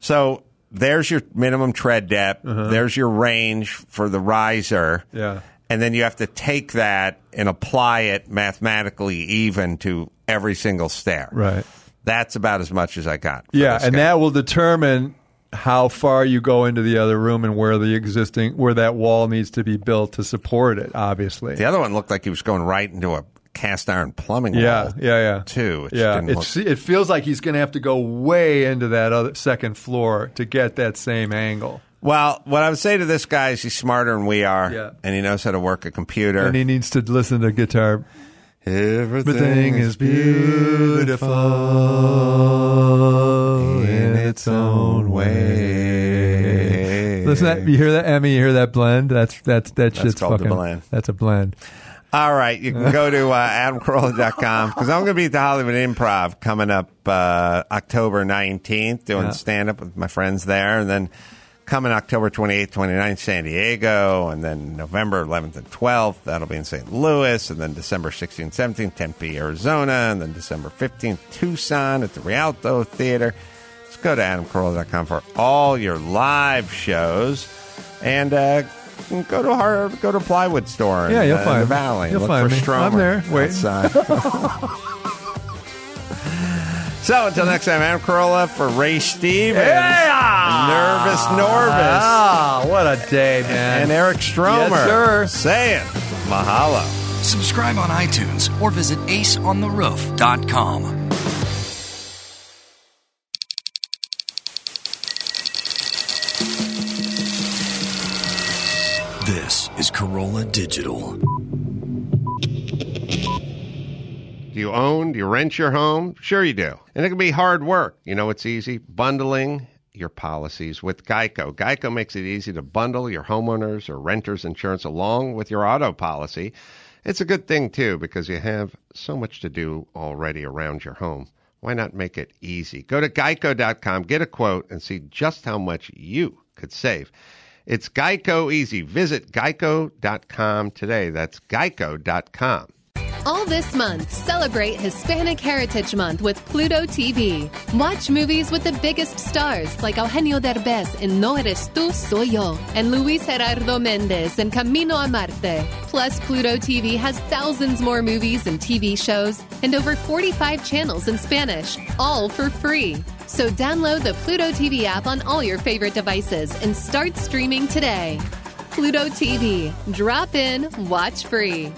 so there's your minimum tread depth. There's your range for the riser. Uh-huh. Yeah. and then you have to take that and apply it mathematically even to every single stair. Right. That's about as much as I got. Yeah, and that will determine how far you go into the other room and where the existing where that wall needs to be built to support it. Obviously, The other one looked like he was going right into a cast iron plumbing Yeah, wall. yeah, yeah. Too. It yeah, didn't it's, look- it feels like he's going to have to go way into that other second floor to get that same angle. Well, what I would say to this guy is he's smarter than we are, Yeah. and he knows how to work a computer. And he needs to listen to guitar. Everything, is beautiful in its own way. Listen, to that, you hear that, Emmy? You hear that blend? That's that's that That's shit's called the fucking. blend. That's a blend. All right, you can go to uh, adamcarolla.com because I'm going to be at the Hollywood Improv coming up uh, October 19th, doing Yeah. stand up with my friends there. And then coming October 28th, 29th, San Diego. And then November 11th and 12th, that'll be in St. Louis. And then December 16th, 17th, Tempe, Arizona. And then December 15th, Tucson at the Rialto Theater. Just go to adamcarolla.com for all your live shows. And, uh, Go to our, go to plywood store. Yeah, in, you'll uh, find the me. valley. You'll Look find for me. Stromer uh, I'm there, waiting. outside. so until next time, Adam Carolla for Ray Stevens, Yeah! Nervous Norvis, Ah, what a day, man! and Eric Stromer. Yes, sir. Saying mahalo. Subscribe on iTunes or visit aceontheroof.com. This is Corolla Digital. Do you own? Do you rent your home? Sure, you do. And it can be hard work. You know, it's easy bundling your policies with Geico. Geico makes it easy to bundle your homeowners or renters insurance along with your auto policy. It's a good thing, too, because you have so much to do already around your home. Why not make it easy? Go to geico.com, get a quote, and see just how much you could save. It's Geico Easy. Visit geico.com today. That's geico.com. All this month, celebrate Hispanic Heritage Month with Pluto TV. Watch movies with the biggest stars like Eugenio Derbez in No Eres Tú, Soy Yo, and Luis Gerardo Mendez in Camino a Marte. Plus, Pluto TV has thousands more movies and TV shows and over 45 channels in Spanish, all for free. So download the Pluto TV app on all your favorite devices and start streaming today. Pluto TV. Drop in, watch free.